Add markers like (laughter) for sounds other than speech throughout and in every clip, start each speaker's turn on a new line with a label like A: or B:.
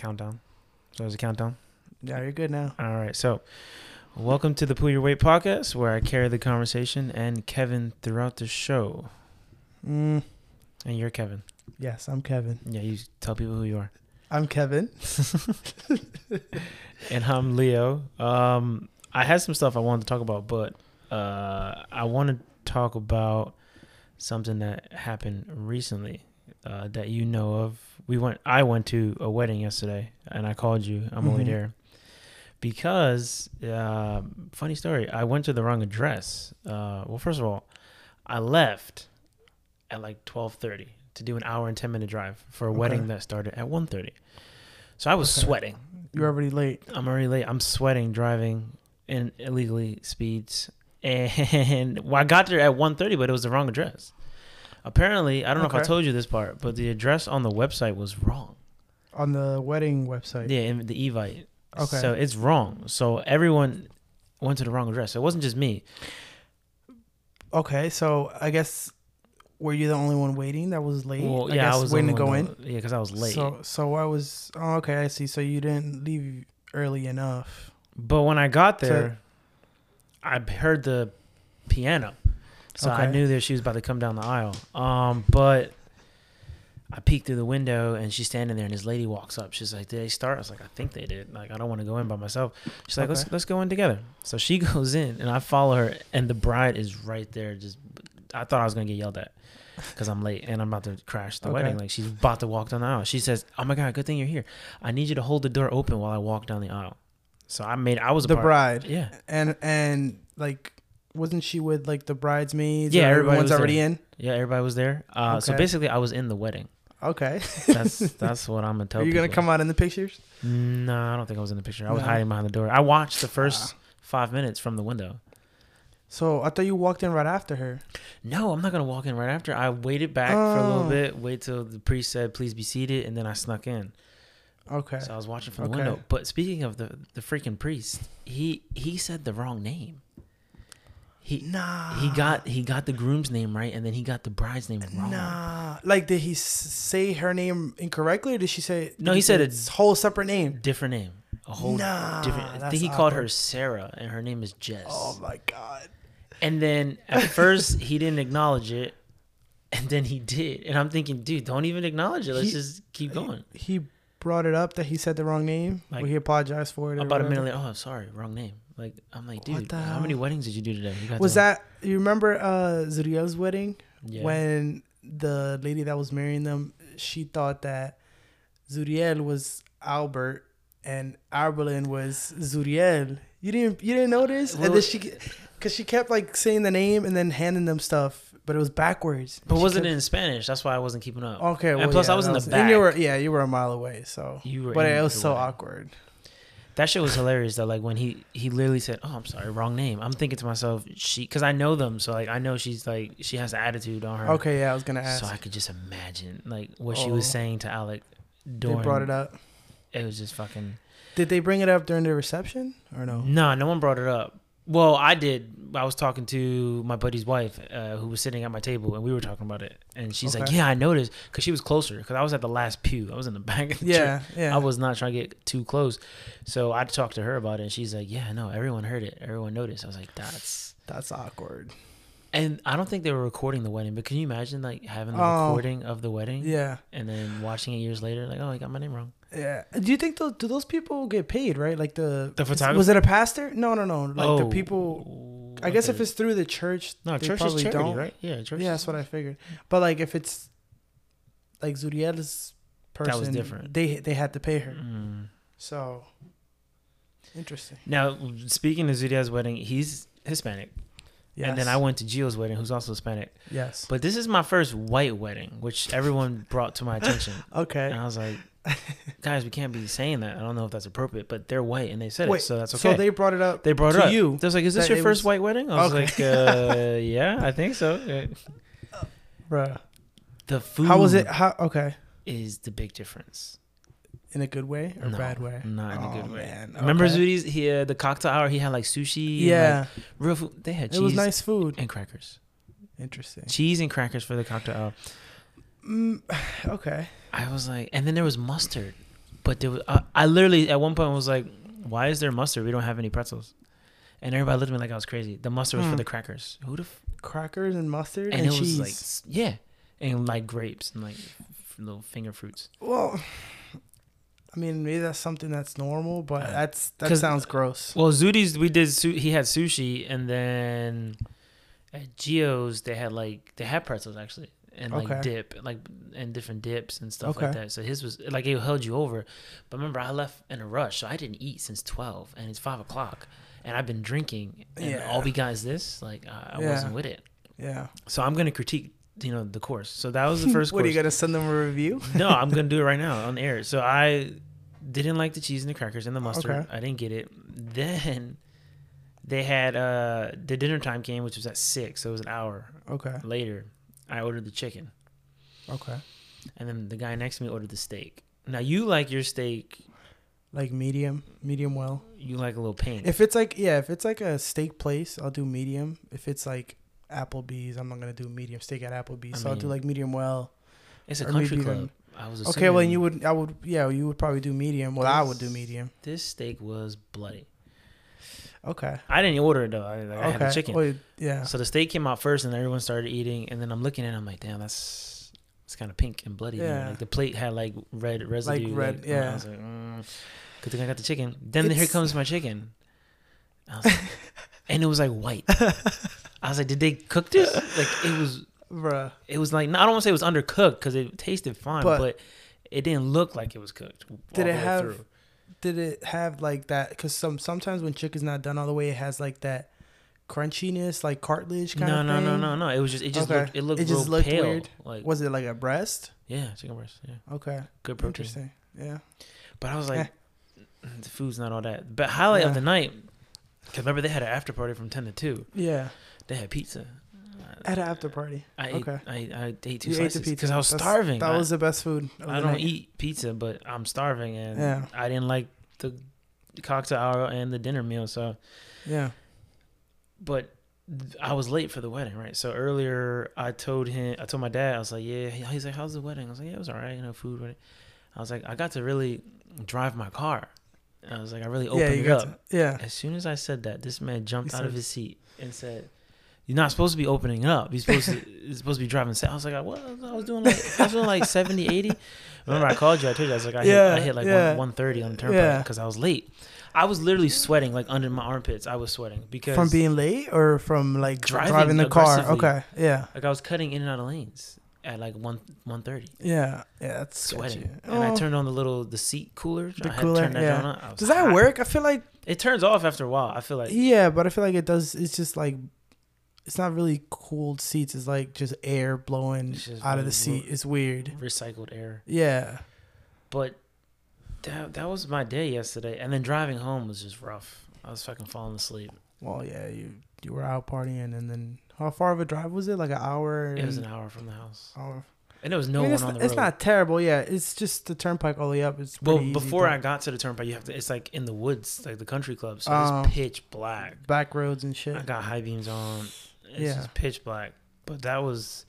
A: countdown. So there's a countdown.
B: Yeah, you're good now.
A: All right. So welcome to the Pull Your Weight podcast, where I carry the conversation and Kevin throughout the show.
B: Mm,
A: And you're Kevin.
B: yes, I'm Kevin.
A: Yeah, you tell people who you are.
B: I'm Kevin.
A: And I'm Leo. Um, I had some stuff I wanted to talk about, but uh, I want to talk about something that happened recently uh, that you know of. We went. I went to a wedding yesterday, and I called you. I'm only
B: Mhm.
A: there because uh, funny story. I went to the wrong address. Uh, well, first of all, I left at like 12:30 to do an hour and 10 minute drive for a
B: Okay.
A: wedding that started at 1:30. So I was
B: Okay.
A: sweating.
B: You're already late.
A: I'm already late. I'm sweating driving in illegally speeds. (laughs) And well, I got there at 1.30, but it was the wrong address. Apparently, I don't know if I
B: Okay.
A: told you this part, but the address on the website was wrong.
B: On the wedding website.
A: Yeah, in the Evite.
B: Okay.
A: So it's wrong. So everyone went to the wrong address. So it wasn't just me.
B: Okay, so I guess were you the only one waiting that was late?
A: Well,
B: I
A: yeah,
B: guess
A: I was the
B: waiting to
A: only
B: go
A: one
B: in.
A: that- Yeah, because I was late.
B: So so I was oh, okay, I see. So you didn't leave early enough.
A: But when I got
B: So-
A: there, I heard the piano, so I
B: Okay.
A: knew that she was about to come down the aisle. Um, but I peeked through the window, and she's standing there, and this lady walks up. She's like, "Did they start?" I was like, "I think they did." Like, I don't want to go in by myself. She's like, "Let's
B: Okay.
A: let's go in together." So she (laughs) goes in, and I follow her, and the bride is right there. Just, I thought I was gonna get yelled at. Because I'm late and I'm about to crash the
B: Okay.
A: wedding. Like, she's about to walk down the aisle. She says, Oh my God, good thing you're here. I need you to hold the door open while I walk down the aisle. So I made, I was a
B: The
A: part-
B: bride.
A: yeah.
B: And and like wasn't she with like the bridesmaids?
A: Yeah,
B: or
A: everybody
B: everyone's
A: was there.
B: already in.
A: Yeah, everybody was there. Uh, So
B: Okay.
A: basically, I was in the wedding.
B: Okay. (laughs)
A: That's that's what I'm gonna tell
B: Are you
A: people.
B: gonna come out in the pictures?
A: No, I don't think I was in the picture. I was
B: No.
A: hiding behind the door. I watched the first five minutes from the window.
B: So I thought you walked in right after her.
A: No, I'm not gonna walk in right after. I waited back for a little
B: Oh.
A: bit, wait till the priest said, "Please be seated," and then I snuck in.
B: Okay.
A: So I was watching from the
B: Okay.
A: window. But speaking of the the freaking priest, he he said the wrong name. He
B: nah.
A: he got he got the groom's name right, and then he got the bride's name wrong.
B: Nah, like did he s- say her name incorrectly, or did she say?
A: No,
B: did
A: he said
B: say
A: it-
B: s- whole separate name.
A: Different name, a whole
B: Nah,
A: different. I
B: that's
A: think he called her
B: awkward.
A: Sarah, and her name is Jess.
B: Oh my god!
A: And then
B: (laughs)
A: at first he didn't acknowledge it, and then he did. And I'm thinking, dude, don't even acknowledge it. Let's
B: He-
A: just keep going.
B: He brought it up that he said the wrong name.
A: Like,
B: well, he apologized for it. or
A: About a minute
B: (laughs) whatever.
A: later, oh, I'm sorry, wrong name. Like I'm like,
B: What
A: dude,
B: the
A: how
B: hell?
A: many weddings did you do today? You got
B: Was
A: the-
B: that you remember uh Zuriel's wedding
A: yeah.
B: when the lady that was marrying them she thought that Zuriel was Albert and Arbelin was Zuriel. You didn't you didn't notice?
A: Well-
B: and then she because she kept like saying the name and then handing them stuff, but it was backwards.
A: But
B: She Oh,
A: wasn't
B: kept-
A: it in Spanish? That's why I wasn't keeping up.
B: Okay.
A: And
B: well,
A: plus, I
B: yeah,
A: was in
B: that
A: the
B: And you
A: back.
B: were, yeah, you were a mile away. So,
A: You were
B: but
A: in
B: it was
A: the
B: so
A: wedding.
B: awkward.
A: That shit was hilarious though. Like when he he literally said, "Oh, I'm sorry, wrong name." I'm thinking to myself, she because I know them, so like I know she's like she has an attitude on her.
B: Okay. Yeah, I was gonna ask.
A: So I could just imagine like what she was
B: Oh.
A: saying to Alec.
B: they
A: During,
B: brought it up.
A: It was just fucking.
B: Did they bring it up during the reception or no?
A: No, no one brought it up. Well, I did. I was talking to my buddy's wife, uh, who was sitting at my table, and we were talking about it. And she's like,
B: Okay.
A: "Yeah, I noticed," because she was closer. Because I was at the last pew. I was in the back of the church.
B: Yeah. Yeah.
A: I was not trying to get too close, so I talked to her about it, and she's like, "Yeah, no, everyone heard it. Everyone noticed." I was like, "That's."
B: That's awkward.
A: (sighs) And I don't think they were recording the wedding, but can you imagine like having the
B: Oh.
A: recording of the wedding
B: Yeah.
A: and then watching it years later, like, "Oh, I got my name wrong."
B: Yeah. Do you think those do those people get paid? Right? Like the
A: The
B: is-
A: photographer?
B: Was it a pastor? No, no, no. Like the
A: Oh.
B: people. I guess if it's through the church,
A: no
B: they
A: church is
B: probably
A: charity,
B: don't.
A: right? Yeah, church.
B: Yeah,
A: is-
B: that's what I figured. But like if it's like Zuriel's person,
A: was different.
B: They they had to pay her.
A: Mm.
B: So interesting.
A: Now, speaking of Zudia's wedding, he's Hispanic.
B: Yes.
A: And then I went to Gio's wedding, who's also Hispanic.
B: Yes.
A: But this is my first white wedding, which everyone brought to my attention.
B: Okay.
A: And I was
B: (laughs)
A: like, guys, we can't be saying that. I don't know if that's appropriate, but they're white and they said
B: Wait,
A: it. So that's okay.
B: So they brought it up.
A: they brought it
B: to
A: up.
B: you
A: They was like, is this
B: that
A: your
B: it
A: first
B: was-
A: white wedding? I was
B: Okay.
A: like, uh, yeah, I think
B: (laughs)
A: so. Uh,
B: Bruh.
A: The food
B: How was it? How okay?
A: is the big difference.
B: In a good way or
A: No, Mm,
B: bad way?
A: Not in a
B: Oh,
A: good way.
B: man,
A: Remember
B: okay.
A: Zudi's, he, uh, the cocktail hour, he had like sushi. and, like,
B: Yeah,
A: real food. They had cheese
B: it was nice food.
A: and crackers.
B: Interesting.
A: cheese and crackers for the cocktail hour.
B: Mm, (sighs) okay.
A: I was like, and then there was mustard. But there was, I, I literally at one point was like, "Why is there mustard? We don't have any pretzels." And everybody looked at me like I was crazy. The mustard was for
B: Hmm.
A: the crackers. Who the f-
B: Crackers and mustard
A: and,
B: and,
A: it
B: cheese.
A: was like s- yeah, and like grapes and like f- little finger fruits.
B: well, I mean, maybe that's something that's normal, but
A: Uh,
B: that's that
A: 'cause-
B: sounds gross.
A: Well, Zooties we did su- he had sushi and then at Geo's they had like they had pretzels actually and like
B: Okay.
A: dip like and different dips and stuff like
B: Okay.
A: that. So his was like it held you over, but remember I left in a rush, so I didn't eat since twelve and it's five o'clock and I've been drinking and
B: Yeah.
A: all we got is this. Like I, I
B: Yeah.
A: wasn't with it, (laughs)
B: Yeah.
A: so I'm gonna critique you know the course. So that was the (laughs) first.
B: what are
A: course
B: you gonna send them a review?
A: (laughs) no, I'm gonna do it right now on air. So I didn't like the cheese and the crackers and the mustard.
B: Okay.
A: I didn't get it. Then they had uh the dinner time came, which was at six, so it was an hour
B: Okay.
A: later. I ordered the chicken,
B: Okay.
A: and then the guy next to me ordered the steak. Now you like your steak,
B: Like medium, medium well.
A: you like a little pink.
B: If it's like yeah, if it's like a steak place, I'll do medium. If it's like Applebee's, I'm not gonna do medium steak at Applebee's,
A: I
B: so I'll do
A: mean-
B: like medium well.
A: it's a
B: or
A: country
B: maybe
A: club. I was
B: Okay,
A: assuming
B: well then you would I would yeah, you would probably do medium. Well I would do medium.
A: This steak was bloody.
B: Okay.
A: I didn't order it though. I, like, I
B: okay.
A: had the chicken.
B: Well, yeah.
A: So the steak came out first, and everyone started eating. And then I'm looking at, it, I'm like, damn, that's it's kind of pink and bloody. there.
B: Yeah.
A: Like the plate had like red residue.
B: red,
A: on it.
B: yeah.
A: I was like, mm. good thing I got the chicken. Then here
B: It's-
A: comes my chicken. I was
B: (laughs)
A: like, and it was like white. I was like, did they cook this? Like it was,
B: Bruh.
A: it was like no, I don't want to say it was undercooked because it tasted fine,
B: But-
A: but, it didn't look like it was cooked. all
B: Did
A: the
B: it
A: way
B: have-
A: through.
B: Did it have like that because some sometimes when chicken's not done all the way it has like that crunchiness, like cartilage kind
A: No,
B: of
A: no,
B: thing?
A: no, no, no. It was just, it just
B: Okay.
A: looked, it looked,
B: It just
A: real
B: looked
A: pale.
B: weird.
A: Like
B: Was it like a breast?
A: yeah, chicken breast. Yeah,
B: Okay.
A: good protein.
B: Interesting. Yeah.
A: But I was like, "Mm, the food's not all that. But highlight
B: Eh. Yeah.
A: of the night, because remember they had an after party from ten to two.
B: Yeah.
A: They had pizza. I-
B: At an after party.
A: I
B: okay.
A: ate, I, I ate two
B: You ate the
A: slices
B: pizza.
A: because I was
B: That's-
A: starving.
B: That
A: I,
B: was the best food. of
A: I
B: the
A: don't
B: night.
A: eat pizza, but I'm starving, and
B: Yeah.
A: I didn't like the cocktail hour and the dinner meal. So,
B: Yeah.
A: but th- I was late for the wedding, right? So earlier I told him, I told my dad, I was like, yeah. He- He's like, how's the wedding? I was like, yeah, it was all right. You know, food. Wedding. I was like, I got to really drive my car. I was like, I really opened
B: yeah, you
A: it
B: got
A: up.
B: to- yeah.
A: As soon as I said that, this man jumped
B: He
A: out of
B: said-
A: his seat and said, "You're not supposed to be opening it up. You're supposed to (laughs) you're supposed to be driving." south." I was like, "What? I was doing like I was doing like (laughs) 70, 80. Remember, I called you. I told you I was like, I
B: Yeah,
A: hit I hit like
B: yeah.
A: one one thirty on the turnpike
B: Yeah.
A: because I was late. I was literally sweating like under my armpits. I was sweating because
B: From being late or from like driving,
A: Driving
B: the car?
A: aggressively.
B: Okay. Yeah.
A: like I was cutting in and out of lanes at like one one thirty.
B: Yeah. Yeah. That's
A: Sweating,
B: sketchy.
A: and I
B: Oh.
A: turned on the little the seat cooler.
B: The
A: I had
B: cooler,
A: turned that
B: yeah.
A: on. I was
B: Does that
A: hot.
B: work? I feel like
A: It turns off after a while. I feel like
B: yeah, but I feel like it does. It's just like it's not really cooled seats. It's like just air blowing
A: It's just
B: out of the
A: really
B: seat.
A: ro-
B: It's weird.
A: recycled air.
B: Yeah.
A: But that that was my day yesterday, and then driving home was just rough. I was fucking falling asleep.
B: Well, yeah. You you were out partying, and then how far of a drive was it? Like an hour.
A: It was an
B: and-
A: hour from the house,
B: hour.
A: and there was
B: No,
A: no
B: Mm. I mean,
A: one
B: it's,
A: on the
B: it's
A: road.
B: not terrible. Yeah, it's just the turnpike all the way up. It's
A: well,
B: pretty easy,
A: before
B: but
A: I got to the turnpike, you have to. It's like in the woods, like the country club, so
B: Oh.
A: it's pitch black.
B: back roads and shit.
A: I got high beams on. It's
B: Yeah.
A: just pitch black. But that was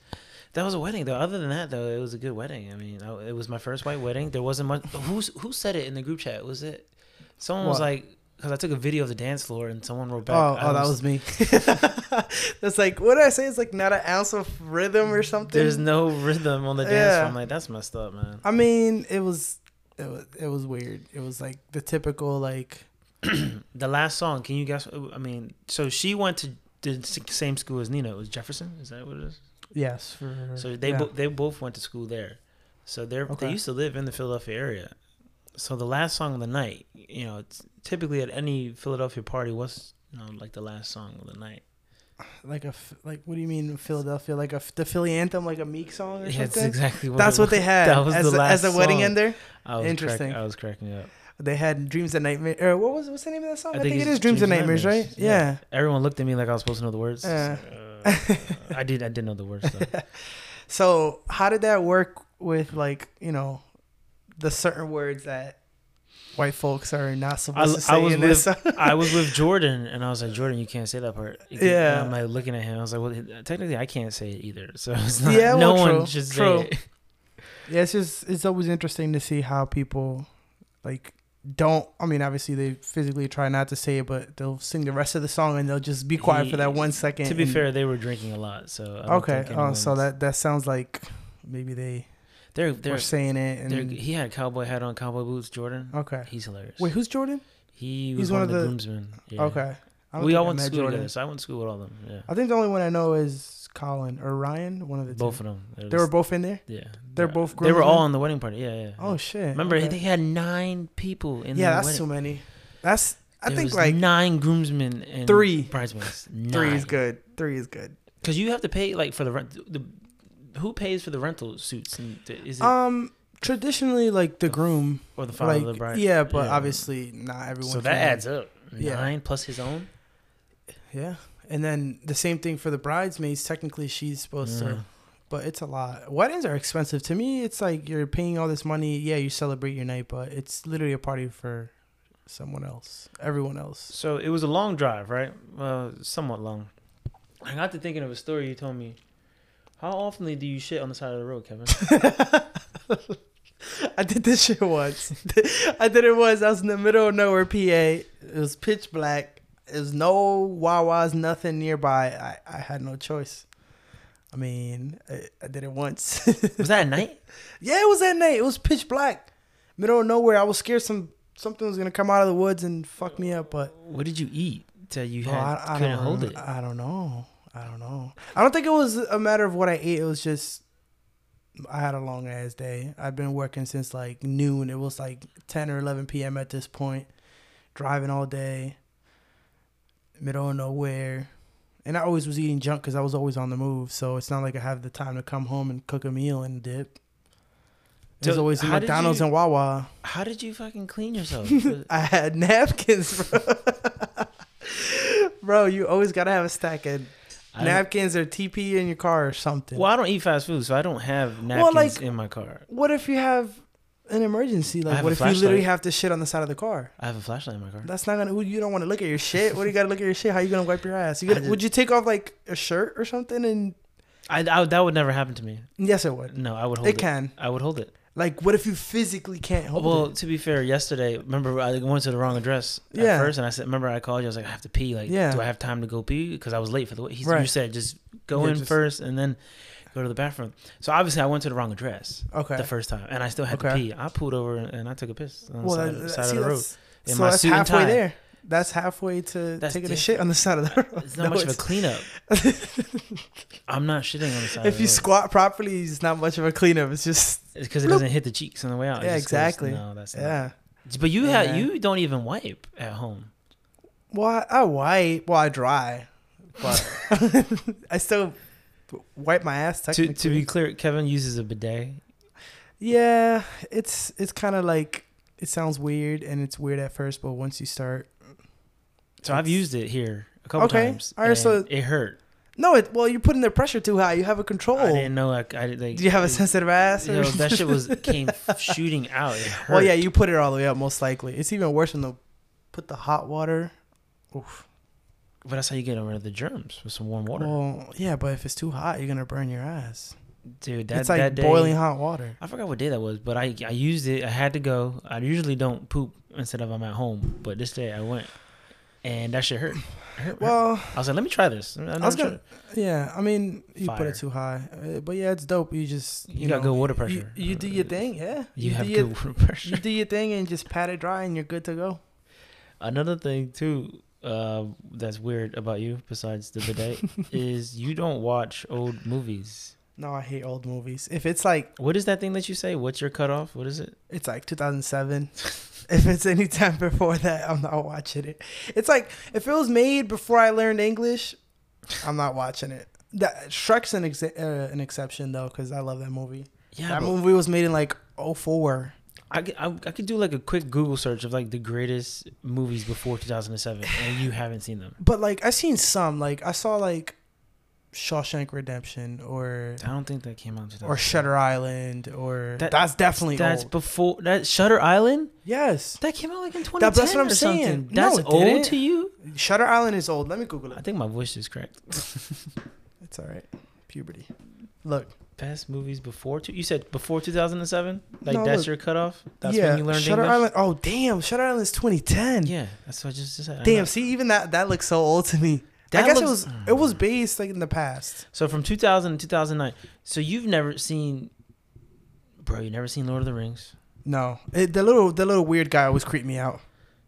A: that was a wedding though. Other than that though, it was a good wedding. I mean, I, it was my first white wedding. There wasn't much. Who's who said it in the group chat? Was it someone was
B: What?
A: like? Because I took a video of the dance floor and someone wrote back.
B: Oh,
A: I
B: oh, that was me. (laughs) That's like what did I say? It's like not an ounce of rhythm or something.
A: There's no rhythm on the dance
B: Yeah.
A: floor. I'm like, that's messed up, man.
B: I mean, it was, it was it was weird. It was like the typical like
A: (clears throat) The last song, can you guess? I mean, so she went to the s- same school as Nina. It was Jefferson. Is that what it is?
B: yes. For,
A: So they
B: yeah.
A: bo- they both went to school there. So they're
B: Okay.
A: they used to live in the Philadelphia area. So the last song of the night, you know, it's typically at any Philadelphia party, what's you know, like the last song of the night?
B: like a f- like what do you mean Philadelphia like a f- the Philly anthem like a Meek song
A: (laughs)
B: or
A: Yeah, that's
B: something?
A: exactly what.
B: That's
A: it
B: what they
A: was.
B: had
A: That was
B: as
A: the
B: a,
A: last
B: as a wedding
A: song.
B: ender.
A: I was
B: Interesting.
A: Crack, I was cracking up.
B: They had dreams and nightmares. Or what was what's the name of that song? I, think, it
A: it's
B: is dreams and nightmares, right? Yeah.
A: Everyone looked at me like I was supposed to know the words.
B: Yeah.
A: So, uh, I did. I did know the words. Though.
B: So how did that work with like you know the certain words that white folks are not supposed
A: I- I
B: to say
A: was
B: in this?
A: I was with Jordan, and I was like, Jordan, you can't say that part. You can't-
B: Yeah.
A: And I'm like looking at him. I was like, well, technically, I can't say it either. (laughs) So it's not.
B: Yeah,
A: no one
B: well, true,
A: should
B: true.
A: say it.
B: Yeah, it's just it's always interesting to see how people like don't I mean obviously they physically try not to say it, but they'll sing the rest of the song and they'll just be quiet
A: He-
B: for that one second.
A: (laughs) To be
B: and-
A: fair, they were drinking a lot, so I don't
B: okay.
A: think
B: Oh, so
A: anyone's-
B: that that sounds like maybe they
A: they're they're,
B: were saying it
A: they're-
B: and
A: he had a cowboy hat on, cowboy boots. Jordan,
B: okay.
A: he's hilarious.
B: Wait, who's Jordan?
A: he
B: he's
A: was one, of the, groomsmen. Yeah.
B: Okay. I don't
A: we
B: think
A: all
B: I
A: went to
B: met
A: school together, so I went to school with all of them. Yeah,
B: I think the only one I know is Colin or Ryan, one of the two.
A: both of them.
B: They were both in there.
A: yeah,
B: they're both
A: They were
B: groomsmen?
A: all on the wedding party. Yeah, yeah.
B: Oh shit!
A: Remember,
B: okay.
A: they had nine people in
B: yeah,
A: the
B: that's
A: wedding.
B: too many. That's I
A: There
B: think
A: was
B: like
A: nine groomsmen and
B: three.
A: bridesmaids.
B: three is good. Three is good.
A: because you have to pay like for the rent. The who pays for the rental suits? And the, is it
B: Um, traditionally, like the groom,
A: or the father
B: like
A: of the bride?
B: yeah, but obviously not everyone.
A: so that
B: can.
A: adds up.
B: Yeah.
A: Nine plus his own.
B: Yeah, and then the same thing for the bridesmaids. Technically, she's supposed
A: Yeah.
B: to, but it's a lot. Weddings are expensive. To me, it's like you're paying all this money. Yeah, you celebrate your night, but it's literally a party for someone else, everyone else.
A: So it was a long drive, right? Well, somewhat long. I got to thinking of a story you told me. How oftenly do you shit on the side of the road,
B: (laughs)
A: Kevin?
B: I did this shit once. (laughs) I did it once. I was in the middle of nowhere, PA. It was pitch black. There's no Wawa's, nothing nearby. I, I had no choice. I mean, I, I did it once. (laughs)
A: was that at night?
B: Yeah, it was that night. It was pitch black, middle of nowhere. I was scared some something was gonna come out of the woods and fuck me up, but
A: What did you eat till you
B: Oh,
A: had,
B: I, I
A: couldn't
B: don't
A: hold
B: remem-
A: it?
B: I don't know. I don't know. I don't think it was a matter of what I ate. It was just I had a long ass day. I've been working since like noon. It was like ten or eleven p.m. at this point. Driving all day, middle of nowhere, and I always was eating junk because I was always on the move. So it's not like I have the time to come home and cook a meal and dip. There's
A: So
B: always
A: how did
B: McDonald's
A: you-
B: and Wawa.
A: How did you fucking clean
B: (laughs)
A: yourself?
B: I had napkins, bro. (laughs) bro, you always gotta have a stack of
A: I-
B: napkins or TP in your car or something.
A: Well, I don't eat fast food, so I don't have napkins
B: Well, like-
A: in my car.
B: What if you have an emergency?
A: I
B: Like,
A: have
B: what
A: a
B: if you literally
A: flashlight.
B: have to shit on the side of the car?
A: I have a flashlight in my car.
B: That's not gonna. who- You don't want to look at your shit. What do you gotta look at your shit? How you gonna wipe your ass?
A: I
B: You gonna,
A: just-
B: would you take off like a shirt or something? And
A: I, I that would never happen to me.
B: yes, it would.
A: No, I would hold
B: It
A: it.
B: can.
A: I would hold it.
B: Like, what if you physically can't hold
A: well,
B: it?
A: to be fair, yesterday, remember I went to the wrong address
B: Yeah.
A: at first, and I said, remember I called you. I was like, I have to pee. Like,
B: Yeah.
A: do I have time to go pee? Because I was late for the. He you
B: Right.
A: said just go
B: Yeah,
A: in
B: just-
A: first and then go to the bathroom. So obviously, I went to the wrong address
B: Okay.
A: the first time, and I still had to
B: Okay.
A: pee. I pulled over and I took a piss on
B: Well,
A: the side,
B: that- that-
A: side
B: see,
A: of the road.
B: that's-
A: in
B: so
A: my
B: that's
A: suit and
B: halfway
A: tie.
B: there. That's halfway to
A: That's
B: taking a
A: diff-
B: shit on the side of the (laughs) road.
A: It's not
B: No,
A: much
B: it's-
A: of a
B: (laughs)
A: cleanup. I'm not shitting on the side. of
B: if
A: the
B: you
A: road.
B: squat properly, it's not much of a cleanup. It's just
A: It's because it doesn't hit the cheeks on the way out. It
B: Yeah,
A: just goes-
B: exactly.
A: no, that's not-
B: yeah.
A: But you
B: Yeah,
A: have
B: man.
A: you don't even wipe at home.
B: Well, I, I wipe. Well, I dry, but (laughs) I still wipe my ass.
A: To
B: Technically,
A: to be clear, Kevin uses a bidet.
B: yeah, it's it's kind of like it sounds weird, and it's weird at first, but once you start,
A: So I've
B: It's-
A: used it here a couple
B: Okay.
A: times.
B: All right,
A: and
B: so-
A: it hurt.
B: no, it well, you're putting the pressure too high. You have a control.
A: I didn't know. I, I did, like,
B: Oh. Do you have a
A: it-
B: sensitive ass?
A: you
B: Or
A: know, that shit was came (laughs) shooting out. It hurt.
B: (laughs) Well, yeah, you put it all the way up, most likely. It's even worse when they put the hot water. Oof.
A: but that's how you get rid of the germs with some warm water,
B: Well, yeah, but if it's too hot, you're gonna burn your ass.
A: dude. That
B: it's like
A: that day,
B: boiling hot water.
A: I forgot what day that was, but I I used it. I had to go. I usually don't poop instead of I'm at home, but this day I went, and that shit hurt. It hurt well,
B: Well,
A: I was like, let me try this. I,
B: I was
A: never
B: gonna, yeah. I mean, you put
A: Fire.
B: it too high, Uh, but yeah, it's dope. You just
A: You got good water pressure. Uh,
B: You, you do your thing, yeah.
A: You, have
B: do
A: good (laughs)
B: Your,
A: water
B: you
A: pressure.
B: do your thing and just pat it dry, and you're good to go.
A: Another thing too uh, that's weird about you, besides the (laughs) bidet, is you don't watch old movies.
B: No, I hate old movies. If it's like
A: What is that thing that you say? What's your cutoff? What is it?
B: it's like
A: (laughs)
B: 2007, if it's any time before that, I'm not watching it. It's like if it was made before I learned English, I'm not watching it. That Shrek's an ex- uh, an exception though, because I love that movie.
A: Yeah,
B: that
A: but
B: movie was made in like 04.
A: I, could- I, I could do like a quick Google search of like the greatest movies before 2007, and you haven't seen them.
B: But like I seen some. Like I saw like Shawshank Redemption or
A: I don't think that came out. in
B: or
A: 2007.
B: Shutter Island or
A: That-
B: that's definitely
A: That's
B: old.
A: before that Shutter Island.
B: yes.
A: That came out like in 2010
B: That- that's what I'm
A: or
B: saying.
A: something.
B: No,
A: That's
B: it
A: old
B: didn't.
A: to you?
B: Shutter Island is old. Let me Google
A: I
B: it.
A: think my voice is cracked.
B: It's all right. Puberty. Look,
A: Best movies before two. You said before two thousand and seven. Like
B: No,
A: that's
B: look-
A: your cutoff. That's
B: yeah,
A: when you learned
B: Shutter
A: English.
B: Island. Oh damn, Shutter Island's 2010.
A: Yeah, that's what I just said. I know.
B: Damn, see, even that that looks so old to me.
A: That
B: I guess
A: looks- mm.
B: it was it was based like in the past.
A: So from 2000 to 2009. So you've never seen, bro. You never seen Lord of the Rings.
B: No, it, the little the little weird guy always creeped me out,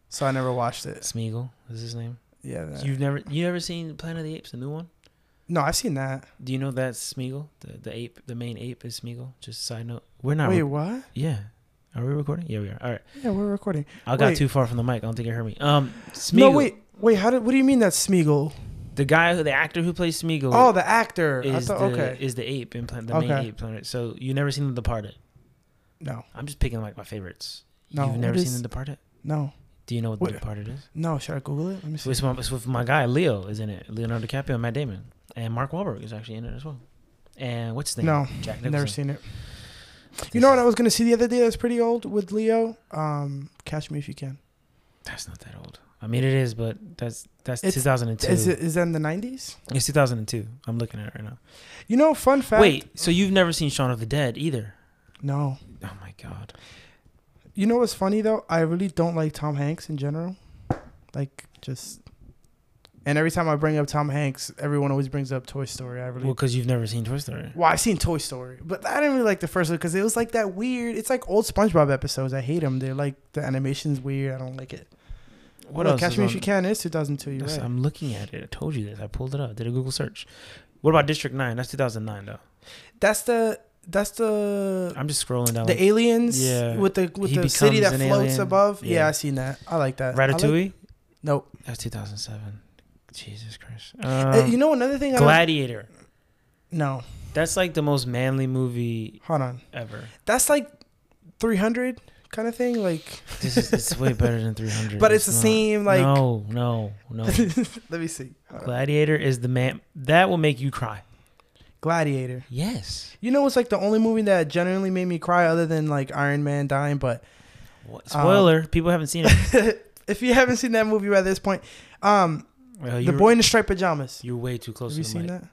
B: so I never watched it.
A: Smeagol is his name.
B: Yeah, that-
A: You've never you never seen Planet of the Apes, the new one.
B: no, I've seen that.
A: Do you know that's Smeagol? The the ape, the main ape is Smeagol. Just a side note. We're not.
B: Wait,
A: re-
B: what?
A: yeah. Are we recording? Yeah, we are. All right.
B: Yeah, we're recording.
A: I got
B: Wait.
A: too far from the mic. I don't think you heard me. Um, Smeagol.
B: No, wait, wait. How did? What do you mean that's Smeagol?
A: The guy, who, the actor who plays Smeagol.
B: Oh, the actor. I
A: is
B: thought,
A: the
B: okay.
A: is the ape in plan, the main
B: Okay.
A: ape planet. So you never seen The Departed.
B: No,
A: I'm just picking like my favorites.
B: No,
A: You've never
B: what
A: seen
B: is-
A: The Departed.
B: no,
A: Do you know what
B: Wait.
A: The Departed is?
B: no. Should I Google it? Let me
A: It's
B: see.
A: with, my, it's with my guy Leo, is in it. Leonardo DiCaprio, and Matt Damon, and Mark Wahlberg is actually in it as well. And what's his name?
B: No,
A: Jack Nicholson.
B: Never seen it. You know what I was gonna see the other day? That's pretty old with Leo. Um, Catch Me If You Can.
A: That's not that old. I mean, it is, but that's that's
B: It's-
A: 2002.
B: Is it is that in the nineties?
A: It's 2002. I'm looking at it right now.
B: You know, fun fact.
A: Wait, so you've never seen Shaun of the Dead either?
B: no.
A: Oh my god.
B: You know what's funny though? I really don't like Tom Hanks in general. Like just and every time I bring up Tom Hanks, everyone always brings up Toy Story. I really
A: Well, because you've never seen Toy Story.
B: Well, I seen Toy Story, but I didn't really like the first one because it was like that weird. It's like old SpongeBob episodes. I hate them. They're like the animation's weird. I don't like it.
A: What
B: Look,
A: else?
B: Catch
A: is
B: Me If
A: on-
B: You Can is 2002. You're
A: That's-
B: right.
A: I'm looking at it. I told you this. I pulled it up. Did a Google search. What about District Nine? That's 2009 though.
B: That's the that's the
A: I'm just scrolling down.
B: Uh, the aliens
A: Yeah.
B: with the with
A: He
B: the city that
A: becomes
B: floats
A: an alien.
B: above. Yeah.
A: Yeah.
B: I seen that. I like that. I like-
A: Ratatouille.
B: nope.
A: That's 2007. Jesus Christ.
B: Uh,
A: Um,
B: you know another thing. I don't,
A: Gladiator.
B: no,
A: That's like the most manly movie
B: hold on.
A: ever.
B: That's like 300 kind of thing. Like,
A: This is it's way better than 300.
B: (laughs) but it's, the
A: not-
B: same. Like,
A: no, no, no.
B: (laughs) let me see. Hold on.
A: Gladiator is the man that will make you cry.
B: Gladiator.
A: Yes.
B: You know, it's like the only movie that genuinely made me cry, other than like Iron Man dying. But
A: What-
B: Uh,
A: Spoiler: People haven't seen it.
B: (laughs) if you haven't seen that movie by this point, um,
A: Well,
B: the
A: you're-
B: boy in the striped pajamas.
A: You're way too close.
B: Have you
A: to the
B: seen
A: mic.
B: that?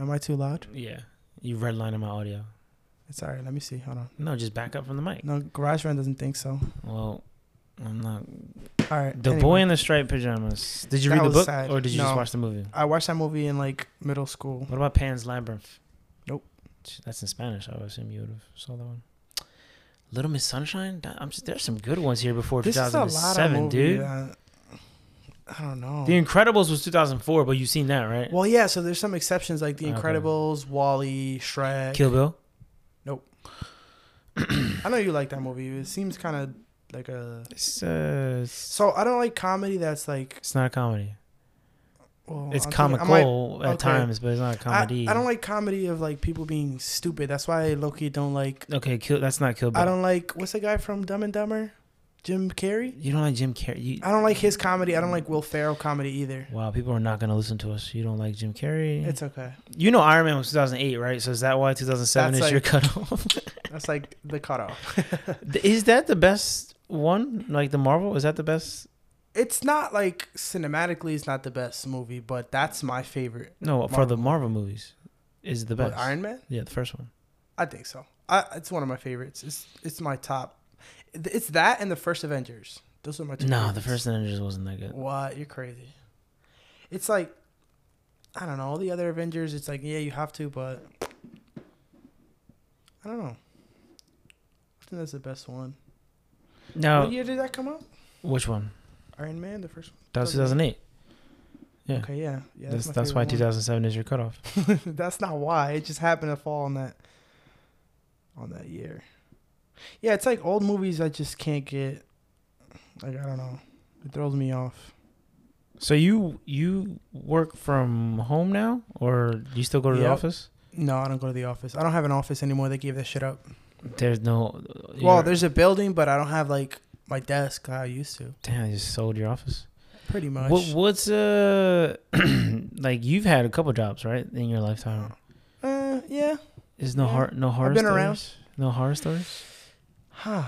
B: Am I too loud?
A: Yeah. You redlining my audio.
B: It's alright. Let me see. Hold on.
A: No, just back up from the mic.
B: No, GarageBand doesn't think so.
A: Well, I'm not.
B: All right.
A: The
B: anyway.
A: boy in the striped pajamas. Did you
B: That
A: read the
B: was
A: book
B: sad.
A: or did you just
B: No.
A: watch the movie?
B: I watched that movie in like middle school.
A: What about Pan's Labyrinth?
B: Nope.
A: Sh- That's in Spanish. I would assume you would have saw that one. Little Miss Sunshine. That- I'm just, there's some good ones here before
B: This is a lot of
A: 2007,
B: movie.
A: dude.
B: that- I don't know.
A: The Incredibles was 2004, but you've seen that, right?
B: Well, yeah. So there's some exceptions like The
A: Okay.
B: Incredibles, Wally, Shrek.
A: Kill Bill.
B: I know you like that movie. It seems kind of like a.
A: It's, uh, it's,
B: So I don't like comedy that's like.
A: it's not a comedy.
B: Well,
A: It's
B: I'm thinking- I might-
A: comical at
B: okay.
A: times, but it's not a
B: I-
A: comedy.
B: I, don't like comedy of like people being stupid. That's why I Loki don't like.
A: Okay, kill, that's not Kill Bill.
B: I don't like what's the guy from Dumb and Dumber, Jim Carrey.
A: You don't like Jim Carrey. You,
B: I don't like his comedy. I don't like Will Ferrell comedy either.
A: wow, people are not going to listen to us. You don't like Jim Carrey.
B: It's okay.
A: you know Iron Man was 2008, right? So is that why 2007 is
B: That's
A: your
B: like-
A: cutoff?
B: (laughs) That's like the cutoff.
A: Th- Is that the best one? Like the Marvel? Is that the best?
B: It's not like cinematically, it's not the best movie, but that's my favorite.
A: No, for the Marvel movies, is the
B: But
A: best.
B: Iron Man.
A: Yeah, the first one.
B: I think so. I, it's one of my favorites. It's it's my top. It's that and the first Avengers. Those are my two.
A: No,
B: favorites.
A: the first Avengers wasn't that good.
B: What? You're crazy. It's like, I don't know. All the other Avengers, it's like, yeah, you have to, but I don't know. I think that's the best one.
A: No, Oh.
B: What year did that come out?
A: which one?
B: Iron Man, the first one.
A: That was
B: 2008.
A: 2008. Yeah,
B: Okay, yeah, yeah.
A: that's
B: my
A: that's why
B: favorite
A: 2007 is your cutoff.
B: one. (laughs) that's not why. It just happened to fall on that. On that year. Yeah, it's like old movies I just can't get. Like I don't know, it throws me off.
A: So you you work from home now, or do you still go to the
B: Yep.
A: office?
B: No, I don't go to the office. I don't have an office anymore. They gave that shit up.
A: There's no. uh,
B: Well,
A: you're-
B: there's a building, but I don't have like my desk how I used to.
A: damn. You just sold your office.
B: Pretty much.
A: What what's uh (clears throat) like you've had a couple jobs right in your lifetime?
B: Uh, yeah. (sighs)
A: Is no
B: Yeah.
A: horror no horror
B: been
A: stories?
B: around.
A: No horror stories.
B: Huh.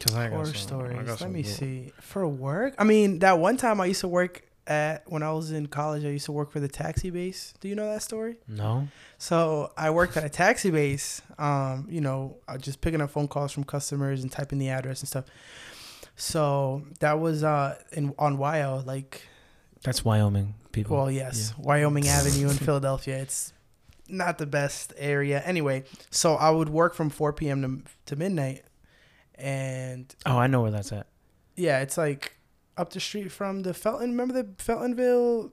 A: Cause I
B: Horror stories. Let me see. For work, I mean that one time I used to work at when I was in college, I used to work for the taxi base. Do you know that story?
A: No.
B: So I worked at a taxi base, um, you know, uh, just picking up phone calls from customers and typing the address and stuff. So that was uh, in on Wyo, like,
A: That's Wyoming people.
B: well, yes, Wyoming Avenue in Philadelphia. It's not the best area. Anyway, so I would work from 4 p.m. to, to midnight. And
A: oh, I know where that's at.
B: yeah, it's like up the street from the Felton. Remember the Feltonville,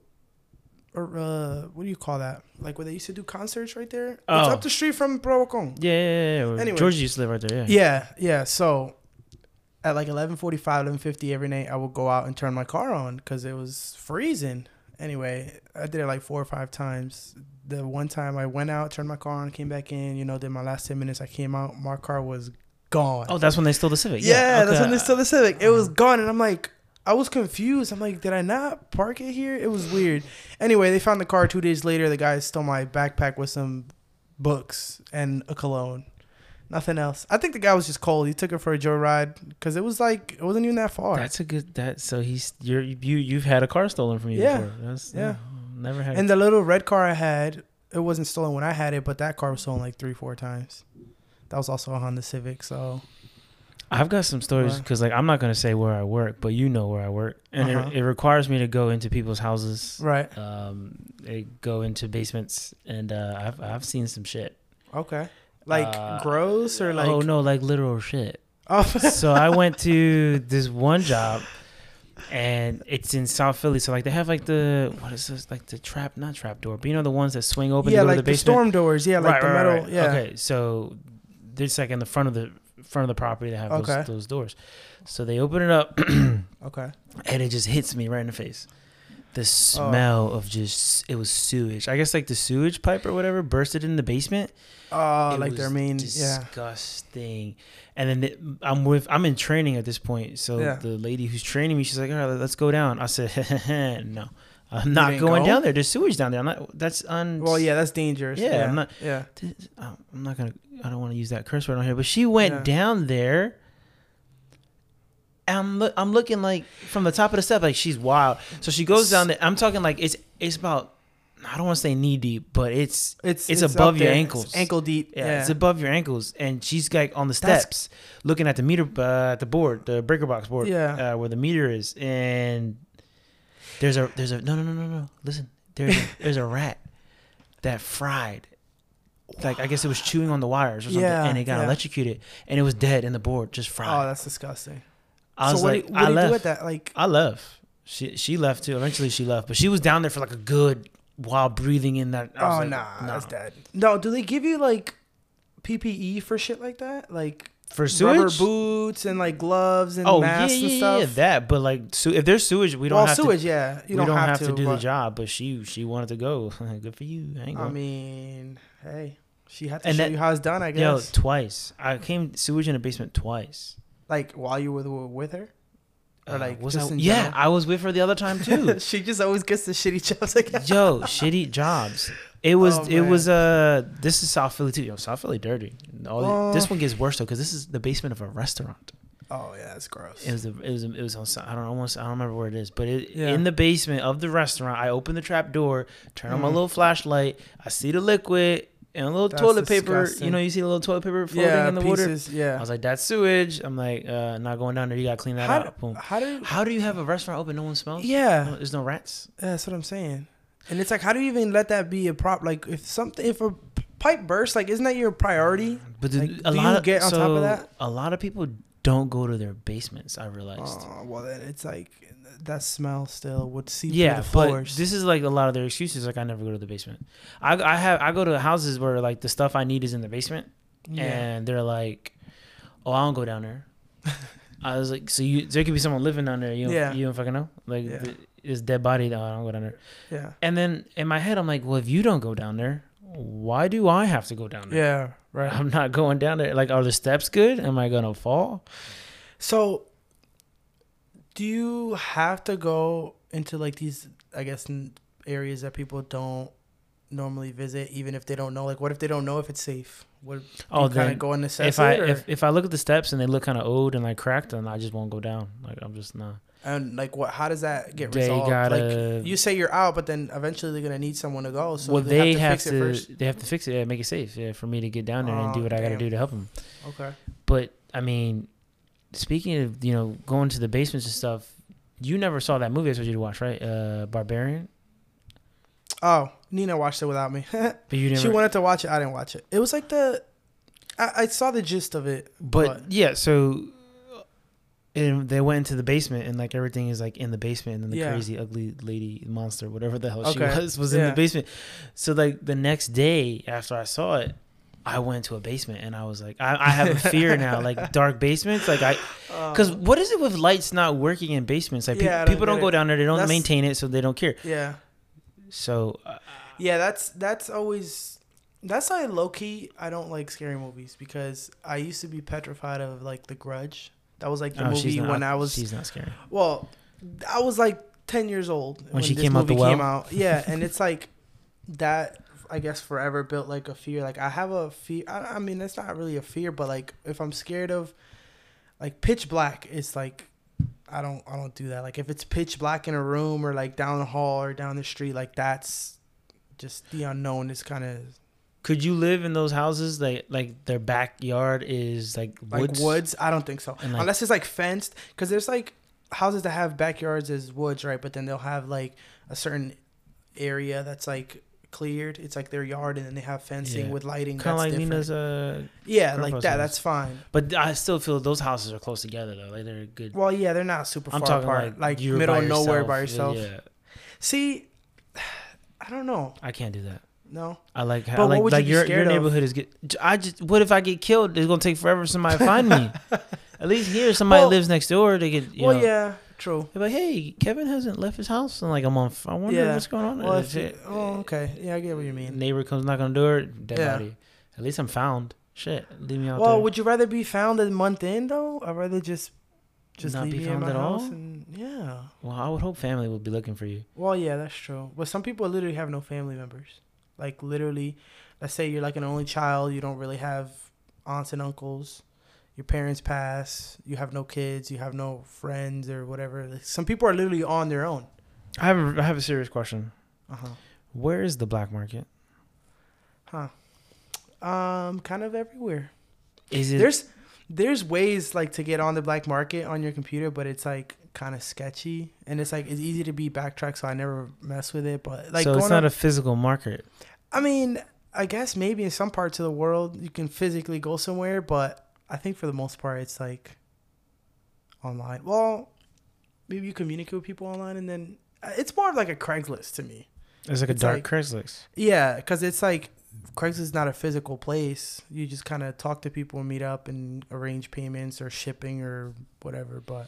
B: or uh, what do you call that? Like where they used to do concerts right there. It's
A: Oh.
B: up the street from Brocon.
A: Yeah, yeah, yeah. yeah.
B: Anyway.
A: Georgia used to live right there. Yeah.
B: Yeah, yeah. So at like 11:45, 11:50 every night, I would go out and turn my car on because it was freezing. Anyway, I did it like four or five times. The one time I went out, turned my car on, came back in. You know, did my last ten minutes. I came out, my car was gone.
A: Oh, that's when they stole the Civic.
B: Yeah, that's
A: okay. Oh, Uh-huh.
B: when they stole the Civic. It was gone, and I'm like, I was confused. I'm like, did I not park it here? It was weird. Anyway, they found the car two days later. The guy stole my backpack with some books and a cologne. Nothing else. I think the guy was just cold. He took it for a joyride because it was like it wasn't even that far.
A: That's a good. That so he's you're you you've had a car stolen from you
B: Yeah.
A: before. That's,
B: Yeah.
A: Never had.
B: and the little red car I had, it wasn't stolen when I had it, but that car was stolen like three, four times. That was also a Honda Civic. So
A: I've got some stories
B: Why?
A: because, like, I'm not gonna say where I work, but you know where I work, and
B: Uh-huh.
A: it, it requires me to go into people's houses,
B: right,
A: um, it go into basements, and uh, I've I've seen some shit.
B: okay, like
A: Uh,
B: gross or like
A: oh no, like literal shit.
B: Oh,
A: so I went to (laughs) this one job, and it's in South Philly. So like they have like the what is this like the trap not trap door, but you know the ones that swing open
B: yeah,
A: to go
B: like
A: to
B: the,
A: the basement.
B: storm doors. Yeah, like
A: Right,
B: the
A: right,
B: metal.
A: right.
B: Yeah.
A: Okay, so there's like in the front of the front of the property they have
B: Okay.
A: those, those doors. So they open it up, and
B: Okay.
A: it just hits me right in the face.
B: Oh.
A: The smell of just it was sewage. I guess like the sewage pipe or whatever bursted in the basement.
B: Uh,
A: It
B: like their
A: was
B: main. Yeah.
A: disgusting. And then the- I'm with I'm in training at this point, so
B: Yeah.
A: the lady who's training me, she's like, "All right, let's go down." I said, (laughs) "No, I'm not
B: didn't
A: going
B: go?
A: down there. There's sewage down there. I'm not. That's un.
B: Well, yeah, that's dangerous.
A: Yeah,
B: yeah.
A: I'm not-
B: yeah.
A: oh, I'm not gonna. I don't want to use that curse word on here. But she went
B: Yeah.
A: down there. And I'm look. I'm looking like from the top of the step, like she's wild. So she goes down there. I'm talking like it's it's about. I don't want to say knee deep, but it's
B: It's
A: It's
B: up
A: above your
B: there. It's
A: ankles.
B: ankle deep.
A: yeah,
B: Yeah.
A: it's above your ankles, and she's like on the
B: That's-
A: steps, looking at the meter, uh, at the board, the breaker box board,
B: Yeah.
A: uh, where the meter is, and there's a there's a no no no no no listen there's a, there's a rat that fried, like I guess it was chewing on the wires or something,
B: Yeah,
A: and it got
B: yeah.
A: electrocuted, and it was dead in the board, just
B: oh,
A: fried.
B: that's disgusting.
A: I was
B: so what
A: like,
B: do, what
A: I
B: do you
A: left.
B: do with that? Like,
A: I left. She she left too. Eventually she left, but she was down there for like a good while breathing in that. I was
B: oh
A: like,
B: nah,
A: no.
B: that's dead. No, do they give you like PPE for shit like that? Like
A: for sewage. Oh,
B: rubber boots and like gloves and masks and stuff.
A: that. But like, su- if there's sewage, we don't
B: well,
A: have
B: sewage.
A: to.
B: yeah, you
A: we
B: don't, have, to,
A: do the
B: but, Oh,
A: job. But she she wanted to go. (laughs) Good for you. I ain't
B: I
A: going.
B: mean, hey, she had to
A: And
B: show
A: that-
B: you how it's done. I
A: Yo,
B: guess.
A: twice. I came sewage in the basement twice.
B: like while you were with her, or
A: Uh,
B: like
A: was
B: just
A: I,
B: in
A: yeah,
B: general?
A: I was with her the other
B: (laughs)
A: time too.
B: she just always gets the shitty (laughs) jobs. Like,
A: Yo, shitty jobs. It was
B: Oh,
A: it
B: man.
A: was uh this is South Philly too. Yo, South Philly dirty. All the-
B: Oh.
A: this one gets worse though because this is the basement of a restaurant.
B: oh yeah, that's gross.
A: It was the, it was it was on Sou- I don't know almost, I don't remember where it is, but it
B: Yeah.
A: in the basement of the restaurant. I open the trap door, turn on my
B: Mhm.
A: little flashlight. I see the liquid and a little
B: That's
A: toilet paper. You
B: disgusting.
A: know, you see the little toilet paper floating
B: yeah,
A: in the water.
B: pieces.
A: I
B: Yeah.
A: was like, that's sewage. I'm like, uh, not going down there. You gotta clean that
B: How
A: up. Boom.
B: How do?
A: How do you have a restaurant open? No one smells. No-
B: Yeah,
A: there's no rats.
B: that's what I'm saying. And it's like, how do you even let that be a prop? Like, if something, if a p- pipe bursts, like, isn't that your priority?
A: But the-
B: Like,
A: a
B: do
A: lot
B: you
A: of
B: get on
A: so
B: top of that?
A: a lot of people don't go to their basements. I realized.
B: Oh, well, then it's like that smell still would seep
A: yeah,
B: through the
A: but
B: floors.
A: this is like a lot of their excuses. Like I never go to the basement. I, I have I go to houses where like the stuff I need is in the basement,
B: yeah.
A: and they're like, "Oh, I don't go down there." I was like, "So you there could be someone living down there. You don't,
B: Yeah.
A: you don't fucking know. Like
B: Yeah.
A: th- this dead body. No, I don't go down there."
B: yeah,
A: And then in my head, I'm like, "Well, if you don't go down there, why do I have to go down there?
B: yeah, right.
A: I'm not going down there. Like, are the steps good? Am I gonna fall?
B: So, do you have to go into like these, I guess, n- areas that people don't normally visit, even if they don't know? Like, what if they don't know if it's safe? What
A: Oh,
B: kind
A: then
B: of go and assess
A: if I
B: it, or-
A: if, if I look at the steps and they look kind of old and like cracked, then I just won't go down. Like I'm just not.
B: and like what? How does that get
A: They
B: resolved?
A: gotta-
B: like you say you're out, but then eventually they're gonna need someone to go, so
A: well,
B: they, have to fix it first.
A: they have to fix it, yeah, make it safe, yeah, for me to get down there and
B: Oh,
A: do what I got to
B: damn.
A: do to help them.
B: Okay.
A: But I mean, speaking of you know going to the basements and stuff, you never saw that movie I told you to watch, right? Uh, Barbarian.
B: Oh, Nina watched it without me. (laughs)
A: But you never.
B: she wanted to watch it. I didn't watch it. It was like the. I, I saw the gist of it,
A: but yeah, so. And they went into the basement, and like everything is like in the basement, and then the
B: Yeah.
A: crazy, ugly lady monster, whatever the hell
B: Okay.
A: she was, was in
B: Yeah.
A: the basement. So like the next day after I saw it, I went to a basement, and I was like, I, I have a
B: (laughs)
A: fear now, like dark basements. Like I, Because
B: Um,
A: what is it with lights not working in basements? Like pe-
B: Yeah, I don't
A: people don't
B: get
A: go
B: it.
A: down there, they don't
B: That's-
A: maintain it, so they don't care.
B: yeah.
A: So uh,
B: Yeah, that's that's always that's why low key I don't like scary movies because I used to be petrified of like The Grudge. That was like the
A: oh, she's
B: movie
A: not,
B: when I was
A: she's not scary.
B: well, I was like ten years old when,
A: she
B: this
A: came out the
B: movie came
A: well?
B: out. Yeah,
A: (laughs)
B: and it's like that. I guess forever built like a fear. Like I have a fear. I, I mean, it's not really a fear, but like if I'm scared of like pitch black, it's like I don't I don't do that. Like if it's pitch black in a room or like down the hall or down the street, like that's just the unknown. Is kind of
A: Could you live in those houses that like their backyard is like
B: like
A: woods?
B: woods? I don't think so.
A: And, like-
B: Unless it's like fenced, because there's like houses that have backyards as woods, right? But then they'll have like a certain area that's like cleared. It's like their yard, and then they have fencing
A: Yeah.
B: with lighting.
A: Kind of like
B: that's different.
A: Nina's. Uh,
B: yeah, like
A: grandpa's
B: that.
A: house.
B: That's fine.
A: but I still feel those houses are close together though. Like they're good.
B: Well, yeah, they're not super
A: I'm
B: far
A: talking
B: apart,
A: like,
B: like,
A: you're
B: middle
A: by
B: of nowhere by
A: yourself.
B: yourself.
A: Yeah, yeah.
B: See, (sighs) I don't know.
A: I can't do that.
B: No,
A: I like
B: But
A: how
B: what
A: like,
B: would you
A: like
B: be
A: your your
B: scared of?
A: neighborhood is good. I just what if I get killed? It's gonna take forever for somebody to find
B: (laughs)
A: me. At least here, somebody
B: Well-
A: lives next door. They get you
B: well,
A: know,
B: yeah, true.
A: They're like, hey, Kevin hasn't left his house, and like I'm on. I wonder
B: Yeah.
A: what's going on.
B: Well,
A: If
B: if you,
A: it-
B: oh, okay, yeah, I get what you mean.
A: Neighbor comes knocking on the door, dead
B: Yeah.
A: body. At least I'm found. Shit, leave me out
B: Well,
A: there.
B: would you rather be found a month in though? I'd rather just just
A: Not
B: leave
A: be
B: me
A: found
B: in my
A: at all?
B: house and yeah.
A: well, I would hope family would be looking for you.
B: Well, yeah, that's true. But some people literally have no family members. Like literally, let's say you're like an only child. You don't really have aunts and uncles. Your parents pass. You have no kids. You have no friends or whatever. Like, some people are literally on their own.
A: I have a, I have a serious question.
B: Uh huh.
A: Uh-huh. Where is the black market?
B: Um, kind of everywhere.
A: Is it
B: There's there's ways like to get on the black market on your computer, but it's like kind of sketchy and it's like it's easy to be backtracked, so I never mess with it. But like,
A: so? It's
B: going
A: not
B: on-
A: a physical market.
B: I mean, I guess maybe in some parts of the world you can physically go somewhere, but I think for the most part it's like online. Well, maybe you communicate with people online, and then uh, it's more of like a Craigslist to me.
A: It's like a
B: It's
A: dark
B: like-
A: Craigslist.
B: Yeah, because it's like Craigslist is not a physical place. You just kind of talk to people and meet up and arrange payments or shipping or whatever. But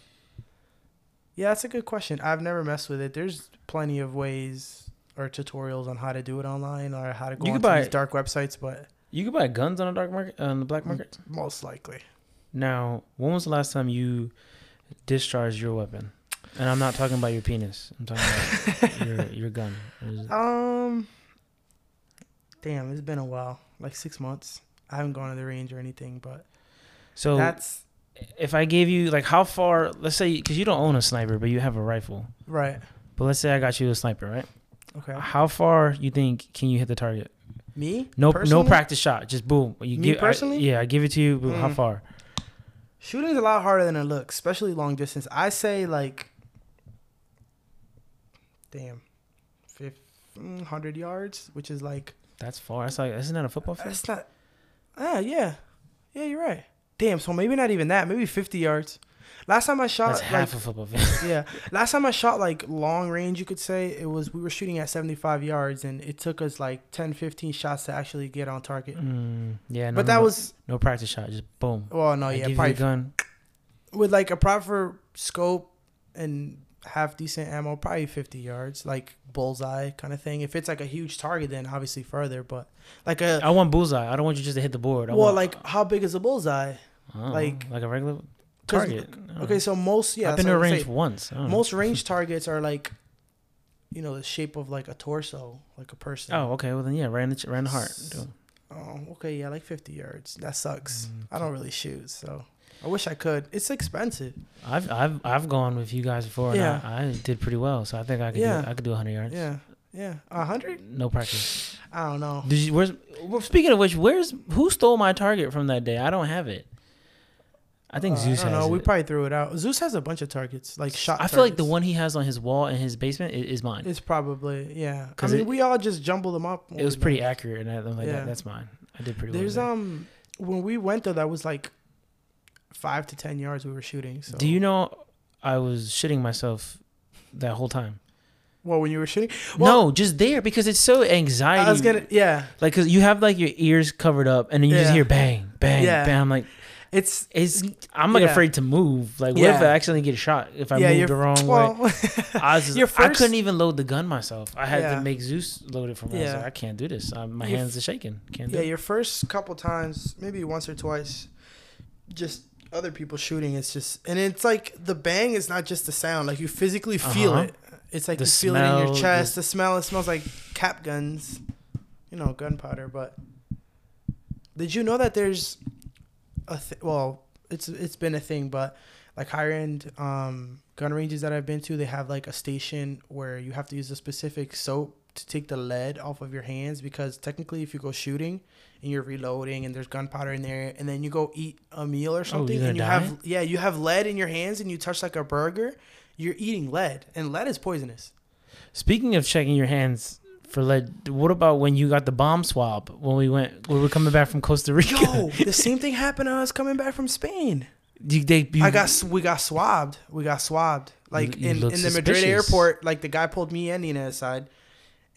B: yeah, that's a good question. I've never messed with it. There's plenty of ways or tutorials on how to do it online or how to go
A: You could
B: onto
A: buy-
B: these dark websites, but
A: You could buy guns on a dark market on the black market.
B: most likely.
A: Now, when was the last time you discharged your weapon? And I'm not talking about your penis. I'm talking
B: (laughs)
A: about your your gun. Is it-
B: Um, damn, it's been a while, like six months. I haven't gone to the range or anything, but
A: So
B: that's
A: if I gave you like how far, let's say, because you don't own a sniper, but you have a rifle.
B: right.
A: But let's say I got you a sniper, right?
B: Okay.
A: How far you think can you hit the target?
B: Me?
A: No, no
B: Personally?
A: practice shot, just boom. You
B: Me
A: give, I-
B: personally?
A: yeah, I give it to you. Boom. How
B: Mm.
A: far?
B: Shooting's a lot harder than it looks, especially long distance. I say like, damn, fif- mm, 100 yards, which is like,
A: That's far. That's like isn't that a football field?
B: that's not, ah, yeah, yeah, you're right. Damn, so maybe not even that, maybe 50 yards. Last time I shot,
A: That's half a
B: like,
A: football field.
B: yeah, last time I shot like long range, you could say it was we were shooting at 75 yards, and it took us like 10, 15 shots to actually get on target.
A: Mm, yeah, no,
B: but
A: no,
B: that
A: no.
B: was,
A: no practice shot, just boom.
B: well, no,
A: I
B: yeah,
A: give you
B: probably
A: a gun.
B: with like a proper scope and half decent ammo, probably 50 yards, like bullseye kind of thing. If it's like a huge target, then obviously further, but like a
A: I want bullseye. I don't want you just to hit the board. I
B: well,
A: want-
B: like how big is a bullseye?
A: I don't know,
B: like-
A: like a regular
B: 'Cause-
A: target. I don't know.
B: Okay, so most, yeah,
A: Uh-huh. I've been
B: so
A: to a
B: I'm
A: range (laughs)
B: saying
A: once. I don't know.
B: most range targets are like you know, the shape of like a torso, like a person.
A: Oh, okay. Well, then, yeah, right in the, ch- right in the heart. Dude.
B: Oh, okay, yeah, like 50 yards. That sucks.
A: Mm. Mm-hmm.
B: I don't really shoot, so I wish I could. It's expensive.
A: I've I've I've gone with you guys before, and
B: Yeah.
A: I, I did pretty well. So I think I could
B: Yeah.
A: do, I could do 100 yards.
B: Yeah, yeah. A hundred?
A: No practice.
B: I don't know.
A: Did you? Where's? Well, speaking of which, where's who stole my target from that day? I don't have it. I think
B: Uh,
A: Zeus
B: I don't
A: has
B: know. We
A: it.
B: probably threw it out. Zeus has a bunch of targets, like shot.
A: I feel like the
B: targets.
A: one he has on his wall in his basement is, is mine.
B: It's probably yeah. I
A: 'Cause
B: mean,
A: it-
B: we all just jumble them up. when
A: It was
B: we
A: pretty
B: left.
A: accurate, and I, am like,
B: Yeah.
A: that, that's mine. I did pretty
B: There's
A: well.
B: um, when we went though, that was like five to ten yards we were shooting. um, So
A: Do you know? I was shitting myself that whole time.
B: Well, when you were shooting, Well-
A: no, just there because it's so anxiety.
B: I was gonna yeah.
A: like because you have like your ears covered up, and then you just
B: Yeah.
A: hear bang, bang,
B: Yeah.
A: bang. I'm like,
B: It's
A: it's I'm like
B: Yeah.
A: afraid to move. Like, what if
B: Yeah.
A: I accidentally get shot if I
B: yeah.
A: move
B: you're
A: the wrong way?
B: well,
A: (laughs) I
B: (laughs)
A: was just,
B: Your
A: I
B: first-
A: couldn't even load the gun myself. I had
B: Yeah.
A: to make Zeus load it for me. I was
B: Yeah.
A: like, I can't do this. I, my
B: Your
A: hands are shaking. Can't
B: yeah.
A: do it.
B: Your first couple times, maybe once or twice, just other people shooting. It's just and it's like the bang is not just the sound. Like you physically feel
A: Uh-huh.
B: it. It's like
A: The
B: you feel it in
A: smell,
B: your
A: the-
B: chest. The smell. It smells like cap guns, you know, gunpowder. But did you know that there's a th- well, it's it's been a thing, but like higher end um, gun ranges that I've been to, they have like a station where you have to use a specific soap to take the lead off of your hands because technically, if you go shooting and you're reloading and there's gunpowder in there, and then you go eat a meal or something,
A: Oh, gonna
B: and you
A: die?
B: have yeah, you have lead in your hands, and you touch like a burger, you're eating lead, and lead
A: (laughs)
B: is poisonous.
A: Speaking of checking your hands for lead, what about when you got the bomb swab when we went when we were coming back from Costa Rica?
B: Yo, the same thing happened to us coming back from Spain.
A: (laughs) You- they- you-
B: I got s- we got swabbed. We got swabbed. Like
A: You- you
B: in, in
A: look
B: the Madrid
A: suspicious.
B: airport, like the guy pulled me and Nina aside,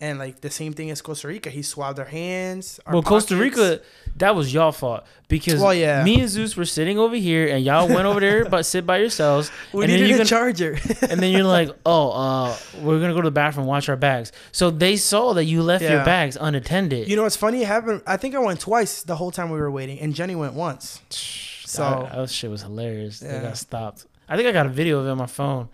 B: and like the same thing as Costa Rica. He swabbed our hands. Our
A: well, Costa
B: pockets.
A: Rica, that was y'all fault because
B: Well, yeah.
A: me and Zeus were sitting over here and y'all went over there, but sit by
B: (laughs)
A: yourselves.
B: We
A: and then
B: needed
A: you
B: a
A: can- (laughs)
B: charger.
A: and then you're like, oh, uh, we're gonna go to the bathroom, watch our bags. So they saw that you left
B: Yeah.
A: your bags unattended.
B: you know what's funny? It happened. I think I went twice the whole time we were waiting, and Jenny went once.
A: so
B: So-
A: that, shit was hilarious. They
B: Yeah.
A: got stopped. I think I got a video of it on my phone.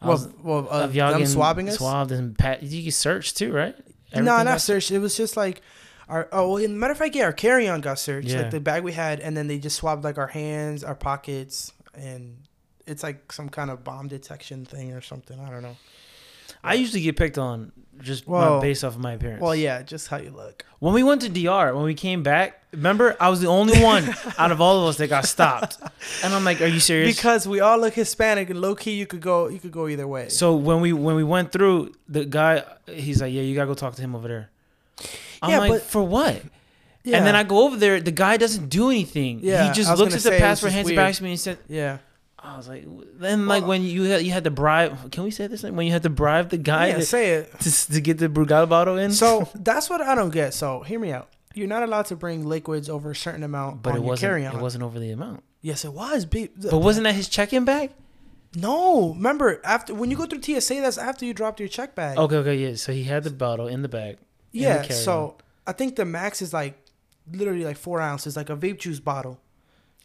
A: I was-
B: Well, well, uh,
A: of y'all
B: them
A: getting
B: swabbing us.
A: swabbed and pat. You can search too, right?
B: No,
A: Everything
B: not
A: got-
B: searched. It was just like our oh, well, in matter of fact, yeah, our carry on got searched,
A: Yeah.
B: like the bag we had, and then they just swabbed like our hands, our pockets, and it's like some kind of bomb detection thing or something. I don't know.
A: I usually get picked on just
B: Well-
A: my, based off of my appearance.
B: Well, yeah, just how you look.
A: When we went to DR, when we came back, remember I was the only
B: (laughs)
A: one out of all of us that got stopped. And I'm like, are you serious?
B: Because we all look Hispanic, and low key, you could go, you could go either way.
A: So when we when we went through, the guy he's like, "Yeah, you gotta go talk to him over there." I'm
B: Yeah,
A: like,
B: but-
A: "For what?"
B: yeah,
A: And then I go over there. The guy doesn't do anything.
B: Yeah,
A: he
B: I
A: just looks
B: was gonna
A: at the
B: say, it was
A: password,
B: just
A: hands it
B: weird.
A: back to me, and said,
B: yeah,
A: "I was like." Then like
B: Well-
A: when you had, you had to bribe. Can we say this? When you had to bribe the guy
B: yeah,
A: to,
B: say it.
A: to, to get the Brugal bottle in. (laughs)
B: So that's what I don't get. So hear me out. You're not allowed to bring liquids over a certain amount
A: but
B: on
A: it
B: your
A: wasn't.
B: carry
A: It
B: on.
A: wasn't over the amount.
B: yes, it was. Be-
A: But wasn't that his check-in bag?
B: no. Remember, after when you go through TSA, that's after you dropped your check bag.
A: Okay, okay, yeah. So he had the bottle in the bag. in the
B: Yeah,
A: carry-on.
B: so I think the max is like literally like four ounces, like a vape juice bottle.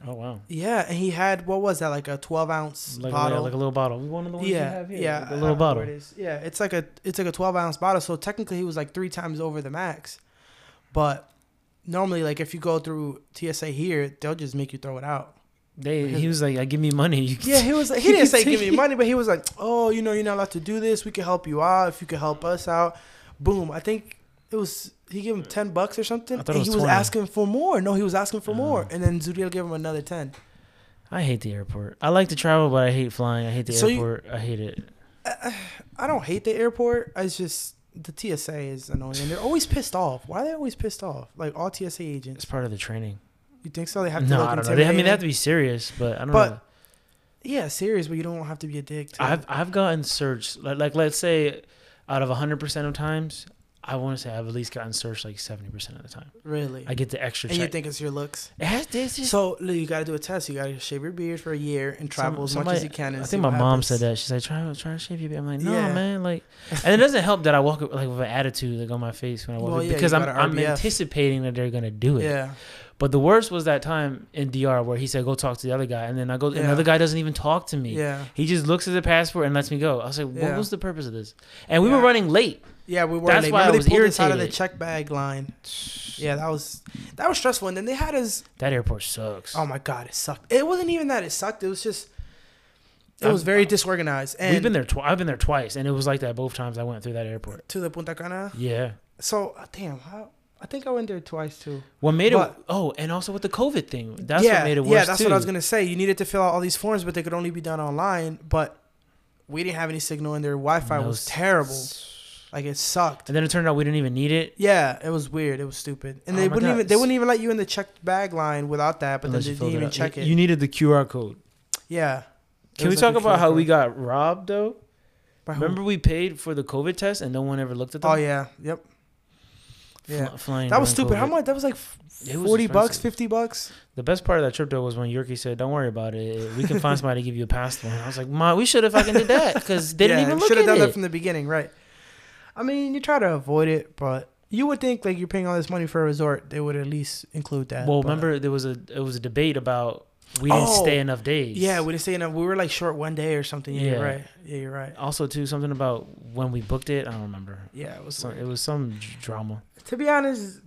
A: Oh wow.
B: Yeah, and he had what was that, like a twelve ounce
A: Like, a,
B: bottle?
A: like a little bottle. One of the ones you
B: yeah,
A: have here.
B: yeah,
A: like
B: I
A: a
B: don't know
A: little bottle.
B: where it is. Yeah, it's like a it's like a twelve ounce bottle. So technically, he was like three times over the max, but normally, like if you go through TSA here, they'll just make you throw it out.
A: They
B: (laughs)
A: he was like, "I give me money." You
B: Yeah, he was.
A: (laughs)
B: He didn't say give me money, but he was like, "Oh, you know, you're not allowed to do this. We can help you out if you can help us out." Boom. I think it was he gave him ten bucks or something,
A: I
B: and
A: thought it was
B: he was
A: 20.
B: asking for more. No, he was asking for more,
A: Oh.
B: and then Zuriel gave him another ten.
A: I hate the airport. I like to travel, but I hate flying. I hate the
B: So you-
A: airport. I hate it.
B: I don't hate the airport. It's just the TSA is annoying, and they're always pissed off. Why are they always pissed off? Like all TSA
A: It's
B: agents.
A: part of the training.
B: You think so? They have to
A: No,
B: look
A: I don't know. They, I mean, they have to
B: intimidating?
A: be serious, but I don't
B: But-
A: know.
B: yeah, serious, but you don't have to be a dick. To
A: I've I've gotten searched. Like, like let's say, out of hundred percent of times, I want to say I've at least gotten searched like seventy percent of the time.
B: really.
A: I get the extra
B: and you
A: check.
B: think it's your looks.
A: it has this. is-
B: So look, you gotta do a test. You gotta shave your beard for a year and
A: Some-
B: travel as much
A: somebody-
B: as you can. And
A: I
B: see
A: think my
B: what
A: mom
B: happens.
A: said that. She's like, try try to shave your beard. I'm like, no,
B: Yeah.
A: man.
B: (laughs)
A: Like, and it doesn't help that I walk like with an attitude like on my face when I walk
B: Well,
A: in,
B: yeah,
A: because
B: you
A: I'm
B: got a
A: I'm
B: RBF.
A: anticipating that they're gonna do it.
B: Yeah,
A: But the worst was that time in DR where he said, "Go talk to the other guy," and then I go.
B: Yeah.
A: Another guy doesn't even talk to me.
B: Yeah.
A: He just looks at the passport and lets me go. I was like, "What
B: Yeah.
A: was the purpose of this?" And we were
B: Yeah.
A: running late.
B: Yeah, we were.
A: That's
B: late.
A: why I
B: Remember
A: was
B: they pulled us out of the
A: irritated.
B: check bag line. Yeah, that was that was stressful. And then they had us.
A: That airport sucks.
B: Oh my god, it sucked. It wasn't even that it sucked. It was just it
A: I'm-
B: was very disorganized. And
A: We've been there. Tw- I've been there twice, and it was like that both times I went through that airport.
B: to the Punta Cana.
A: Yeah.
B: So uh, damn, I, I think I went there twice too.
A: What made it?
B: But-
A: Oh, and also with the COVID thing. That's
B: yeah,
A: what made it worse
B: Yeah, that's
A: too.
B: what I was gonna say. You needed to fill out all these forms, but they could only be done online. But we didn't have any signal, and their Wi-Fi
A: No
B: was
A: s-
B: terrible. Like it sucked.
A: And then it turned out we didn't even need it.
B: Yeah, it was weird. It was stupid, and
A: Oh
B: they
A: my
B: wouldn't
A: God.
B: even they wouldn't even let you in the checked bag line without that. But
A: unless you
B: then they didn't
A: filled
B: even
A: out.
B: check
A: You-
B: it.
A: You needed the QR code.
B: yeah.
A: Can we talk about how we got robbed though?
B: By who?
A: Remember we paid for the COVID test and no one ever looked at them.
B: Oh yeah. Yep.
A: Fl-
B: Yeah.
A: flying
B: That was
A: around
B: stupid. How
A: COVID.
B: much? That was like f-
A: It was
B: forty bucks,
A: expensive.
B: fifty bucks.
A: The best part of that trip though was when Yorkie said, "Don't worry about it. We can
B: (laughs)
A: find somebody to give you a passport." And I was like, "Ma, we should have fucking did that because they didn't even look
B: should
A: at
B: have done
A: it."
B: that from the beginning, right? I mean, you try to avoid it, but you would think like you're paying all this money for a resort, they would at least include that.
A: well,
B: but-
A: remember there was a it was a debate about we didn't
B: Oh,
A: stay enough days.
B: Yeah, we didn't say enough. We were like short one day or something. Yeah,
A: Yeah.
B: you're right. Yeah, you're right.
A: also too something about when we booked it. I don't remember.
B: Yeah, it was.
A: So it
B: weird.
A: was some d- drama.
B: to be honest,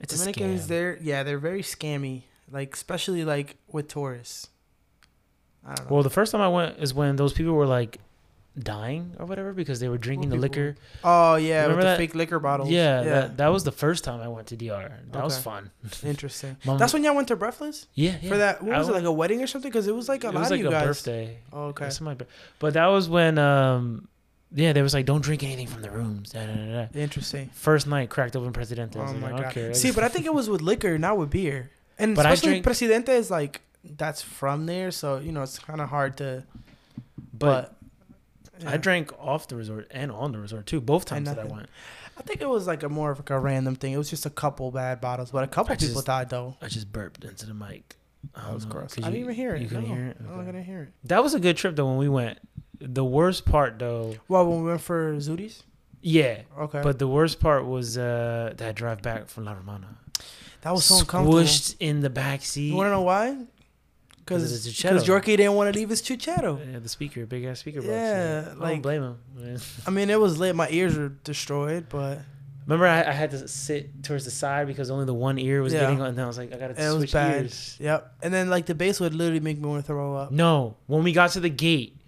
A: It's a
B: Dominicans,
A: scam.
B: they're yeah, they're very scammy. Like especially like with tourists. I don't know.
A: Well, the first time I went is when those people were like dying or whatever because they were drinking the
B: What people?
A: liquor.
B: oh yeah, with
A: remember
B: the
A: that-
B: fake liquor bottles.
A: Yeah, That, that was the first time I went to DR. That was
B: Okay.
A: fun.
B: interesting.
A: Mom-
B: That's when y'all went to Breathless
A: yeah, um, yeah.
B: for that. What
A: I
B: was it
A: went-
B: like a wedding or something? Because it was like a
A: it
B: lot
A: was
B: of
A: like
B: you
A: a
B: guys.
A: birthday.
B: Oh, okay.
A: That's my bir- But that was when um yeah, they was like don't drink anything from the rooms. Da, da, da, da.
B: Interesting.
A: First night cracked open Presidente. I was
B: Oh
A: like,
B: my
A: I don't
B: god.
A: care.
B: See, but I think it was with liquor, not with beer. And
A: But I
B: especially
A: drink-
B: Presidente is like that's from there, so you know it's kind of hard to.
A: but
B: But,
A: I
B: yeah.
A: drank off the resort and on the resort too. Both times that I
B: nothing.
A: went.
B: I think it was like a more of like a random thing. It was just a couple bad bottles, but a couple
A: I
B: people
A: just-
B: died though.
A: I just burped into the mic. I
B: That
A: don't
B: was
A: know,
B: gross.
A: 'cause
B: I didn't
A: you-
B: even hear it.
A: You couldn't
B: no.
A: hear it.
B: No, I
A: Okay.
B: didn't hear it.
A: That was a good trip though when we went. The worst part though,
B: Well, when we went for Zooties,
A: yeah,
B: okay,
A: but the worst part was uh, that drive back from La Romana.
B: that was so uncomfortable.
A: squished in the back seat.
B: You want to know why?
A: 'Cause it's
B: Because
A: a
B: because
A: cello.
B: Yorkie didn't want to leave his chuchero.
A: Yeah, the speaker, big ass speaker box.
B: Yeah,
A: I don't
B: like-
A: blame him. man.
B: I mean, it was lit. My ears were destroyed, but
A: Remember, I, I had to sit towards the side because only the one ear was
B: Yeah.
A: getting on. And I was like, I gotta
B: it was
A: switch
B: bad.
A: ears.
B: Yep. And then like the bass would literally make me want to throw up. (laughs)
A: No, when we got to the gate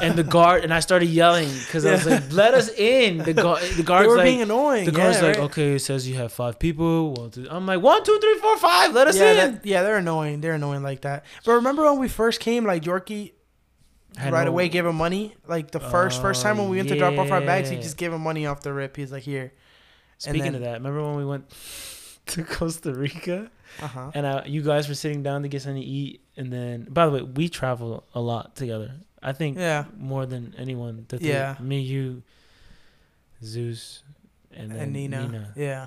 A: and the guard and I started yelling because I was
B: (laughs) Yeah.
A: like, "Let us in!" The guard, the
B: (laughs) they
A: guard's
B: were
A: like,
B: being annoying.
A: the guard's
B: yeah,
A: like,
B: right?
A: "Okay, it says you have five people." One, two. I'm like, one, two, three, four, five. Let us
B: yeah,
A: in.
B: that- yeah, they're annoying. They're annoying like that. But remember when we first came, like Yorkie
A: I
B: right
A: know.
B: away gave him money. Like the first first
A: Oh,
B: time when we went to drop off our bags, he
A: yeah.
B: just gave him money off the rip. He's like, here.
A: Speaking
B: then-
A: of that, remember when we went (laughs) to Costa Rica
B: Uh huh.
A: and I, you guys were sitting down to get something to eat, and then by the way, we travel a lot together. I think
B: Yeah.
A: more than anyone. The three,
B: Yeah.
A: me, you, Zeus, and, then
B: And Nina.
A: Nina.
B: Yeah.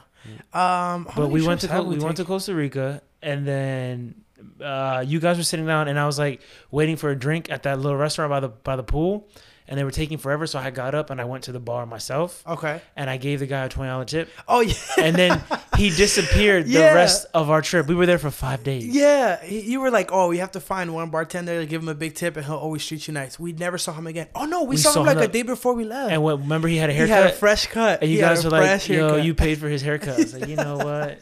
B: Um. how
A: But
B: many
A: we went
B: trips
A: to
B: have
A: Co- we went to
B: taken?
A: Costa Rica, and then uh, you guys were sitting down, and I was like waiting for a drink at that little restaurant by the by the pool, and they were taking forever. So I got up and I went to the bar myself,
B: Okay.
A: and I gave the guy a twenty dollar tip,
B: Oh yeah.
A: and
B: (laughs)
A: then he disappeared
B: Yeah.
A: the rest of our trip. We were there for five days.
B: Yeah, he- you were like, "Oh, we have to find one bartender to give him a big tip, and he'll always treat you nice." We never saw him again. Oh no, we,
A: We
B: saw,
A: saw
B: him like
A: him
B: a
A: at-
B: day before we left.
A: And what, remember, he had a
B: he
A: haircut.
B: had a fresh cut.
A: and you
B: He had
A: guys
B: a
A: were like,
B: fresh
A: "Yo,
B: haircut.
A: you paid for his haircut." I was like, "You
B: (laughs)
A: know what?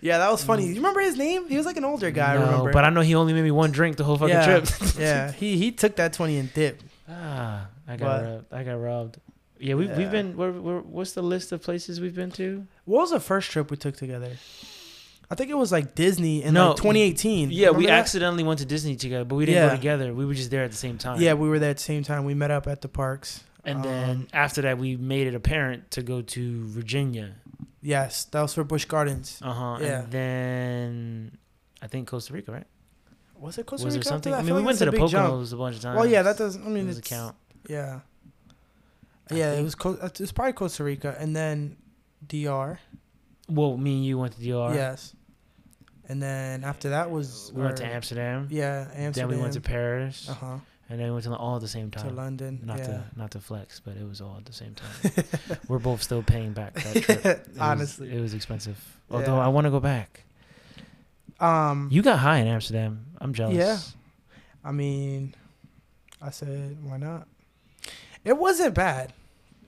B: Yeah, that was funny. You remember his name? He was like an older guy.
A: Mm. no,
B: I remember.
A: but I know he only made me one drink the whole fucking
B: yeah,
A: trip." (laughs)
B: yeah, he he took that twenty and dipped.
A: Ah, I got
B: But-
A: robbed. I got robbed. Yeah, we've
B: Yeah.
A: we've been. Where, where, what's the list of places we've been to?
B: What was the first trip we took together? I think it was like Disney in
A: No,
B: like 2018.
A: Yeah, we
B: Remember that?
A: accidentally went to Disney together, but we didn't go
B: Yeah.
A: together. We were just there at the same time.
B: Yeah, we were there at the same time. We met up at the parks.
A: and then
B: um,
A: after that, we made it apparent to go to Virginia.
B: yes, that was for Busch Gardens.
A: Uh huh.
B: Yeah.
A: And then I think Costa Rica, right?
B: Was it Costa
A: was
B: Rica?
A: there
B: after
A: something?
B: that?
A: I
B: feel
A: mean, we
B: like
A: went
B: that's
A: to the
B: a big jump.
A: Poconos a bunch of times.
B: Well, yeah, that doesn't. I
A: I
B: mean,
A: mean, doesn't
B: it's-
A: count.
B: Yeah.
A: I
B: yeah, it
A: think-
B: was. Co- it's probably Costa Rica, and then DR.
A: Well, me and you went to DR.
B: Yes. And then after that was
A: We went to
B: our-
A: Amsterdam.
B: Yeah, Amsterdam.
A: Then we went to Paris,
B: Uh huh.
A: and then we went to all at the same time.
B: To London.
A: Not
B: yeah.
A: to not to flex, but it was all at the same
B: (laughs)
A: time. We're both still paying back that trip. It was-
B: Honestly.
A: it was expensive.
B: Yeah.
A: Although I want to go back.
B: Um,
A: You got high in Amsterdam. I'm jealous.
B: Yeah. I mean, I said, why not? It wasn't bad.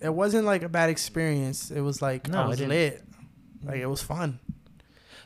B: It wasn't like a bad experience. It was like
A: No,
B: I
A: it
B: was
A: didn't.
B: lit. Like it was fun.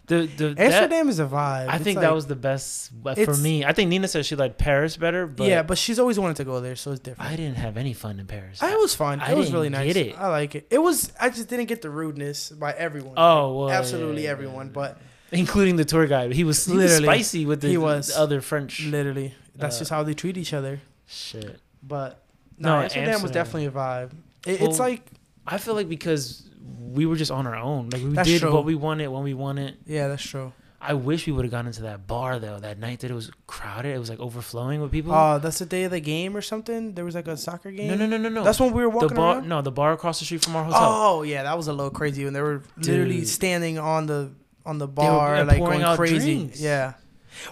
A: The the that,
B: Amsterdam is a vibe.
A: I
B: It's
A: think
B: like-
A: that was the best but for
B: it's-
A: me. I think Nina said she liked Paris better, but
B: yeah, but she's always wanted to go there, so it's different.
A: I didn't have any fun in Paris.
B: I, it was fun.
A: I
B: it was
A: didn't
B: really nice.
A: get it.
B: I like it. It was. I just didn't get the rudeness by everyone.
A: oh, well,
B: absolutely
A: yeah, yeah,
B: everyone.
A: yeah.
B: But
A: including the tour guide, he was, he was
B: Literally.
A: spicy with the,
B: He was.
A: the other French
B: literally, that's
A: Uh,
B: just how they treat each other.
A: shit.
B: But no,
A: No,
B: Amsterdam, was
A: Amsterdam.
B: definitely a vibe. It,
A: Well,
B: it's like
A: I feel like because we were just on our own, like we
B: That's
A: did
B: true.
A: what we wanted when we wanted.
B: yeah, that's true.
A: I wish we would have gone into that bar though that night that it was crowded. It was like overflowing with people.
B: Oh, that's the day of the game or something. There was like a soccer game.
A: no, no, no, no, no.
B: That's when we were
A: the
B: walking
A: bar.
B: around.
A: No, the bar across the street from our hotel.
B: Oh yeah, that was a little crazy when they were literally
A: Dude.
B: standing on the on the
A: were
B: bar, like
A: pouring
B: going
A: out
B: crazy.
A: drinks.
B: Yeah.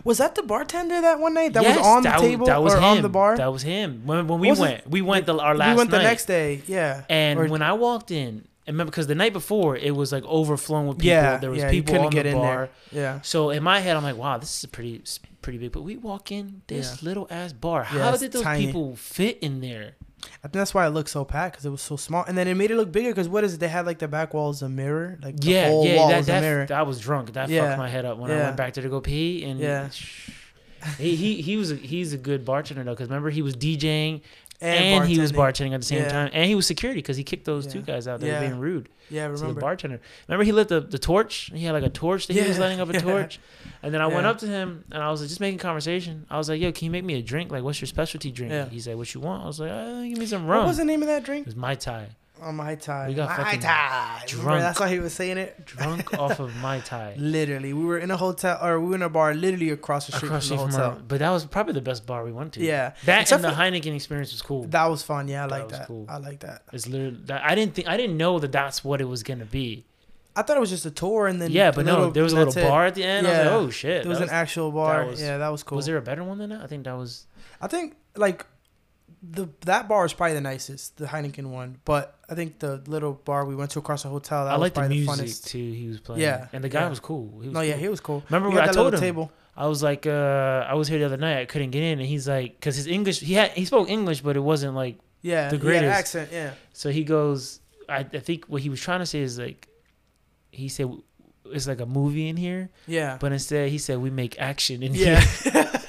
B: Was that the bartender that one night that
A: Yes,
B: was on the
A: that
B: table
A: that was
B: or
A: him.
B: on the bar?
A: That was him. When, when we
B: Wasn't-
A: went, we went the, our last
B: we went
A: night.
B: the next day. Yeah.
A: and
B: or-
A: when I walked in, I remember because the night before it was like overflowing with people.
B: yeah.
A: there was
B: yeah,
A: people
B: you couldn't
A: on
B: get
A: the
B: in
A: bar.
B: there. Yeah.
A: So in my head, I'm like, wow, this is a pretty s- pretty big. But we walk in this little ass bar.
B: Yeah,
A: How
B: it's
A: did those
B: tiny.
A: people fit in there?
B: I think that's why it looked so packed because it was so small, and then it made it look bigger because what is it? They had like the back wall is a mirror, like the
A: yeah,
B: whole
A: yeah,
B: wall
A: that,
B: was
A: that-
B: a mirror.
A: I was drunk. That
B: Yeah.
A: fucked my head up when I
B: Yeah.
A: went back there to go pee. And
B: Yeah.
A: (laughs) he he he was a, he's a good bartender though because remember he was DJing and,
B: and
A: he was
B: bartending.
A: bartending at the same
B: Yeah.
A: time and he was security because he kicked those two
B: Yeah.
A: guys out there
B: Yeah.
A: being rude
B: Yeah, I
A: to the
B: remember.
A: bartender. Remember he lit the, the torch. He had like a torch that he was
B: Yeah,
A: lighting up a
B: (laughs) yeah.
A: torch. And then I went
B: Yeah.
A: up to him and I was like just making conversation. I was like, "Yo, can you make me a drink? Like, what's your specialty drink?"
B: Yeah.
A: He said, "What you want?" I was like, uh, "Give me some
B: What
A: rum."
B: was the name of that
A: It
B: drink?
A: was mai tai.
B: Oh, my tie.
A: We got
B: my
A: fucking
B: tie. Remember,
A: drunk.
B: that's why he was saying it.
A: Drunk off of mai
B: (laughs)
A: tai.
B: Literally, we were in a hotel or we were in a bar literally across the street
A: Across
B: from
A: the
B: the
A: street from
B: hotel.
A: our, but that was probably the best bar we went to.
B: Yeah,
A: that
B: Except
A: and the
B: for-
A: Heineken experience was cool.
B: that was fun. Yeah, I
A: That
B: like
A: was
B: that.
A: cool.
B: I like that.
A: it's literally that, I didn't think I didn't know that that's what it was gonna be.
B: I thought it was just a tour and then
A: yeah, but no,
B: little-
A: there was a
B: and
A: little
B: that's it.
A: bar at the end. I was
B: Yeah.
A: like, oh shit,
B: There was
A: that
B: an actual bar.
A: was-
B: yeah, that was cool.
A: was there a better one than that? I think that was
B: I think like the that bar is probably the nicest, the Heineken one. But I think the little bar we went to across the hotel. That
A: I
B: was
A: like the
B: probably
A: music
B: funnest.
A: too. He was playing.
B: Yeah,
A: and the guy
B: yeah.
A: was cool. He was
B: no, yeah,
A: cool.
B: he was cool.
A: Remember
B: We
A: what
B: got
A: I
B: that
A: told
B: little
A: him?
B: table.
A: I was like, uh, I was here the other night. I couldn't get in, and he's like, because his English, he had, he spoke English, but it wasn't like.
B: Yeah,
A: The
B: the greatest
A: greatest.
B: accent. Yeah,
A: So he goes, I, I think what he was trying to say is like, he said it's like a movie in here,
B: yeah,
A: but instead he said we make action in
B: yeah.
A: here.
B: (laughs)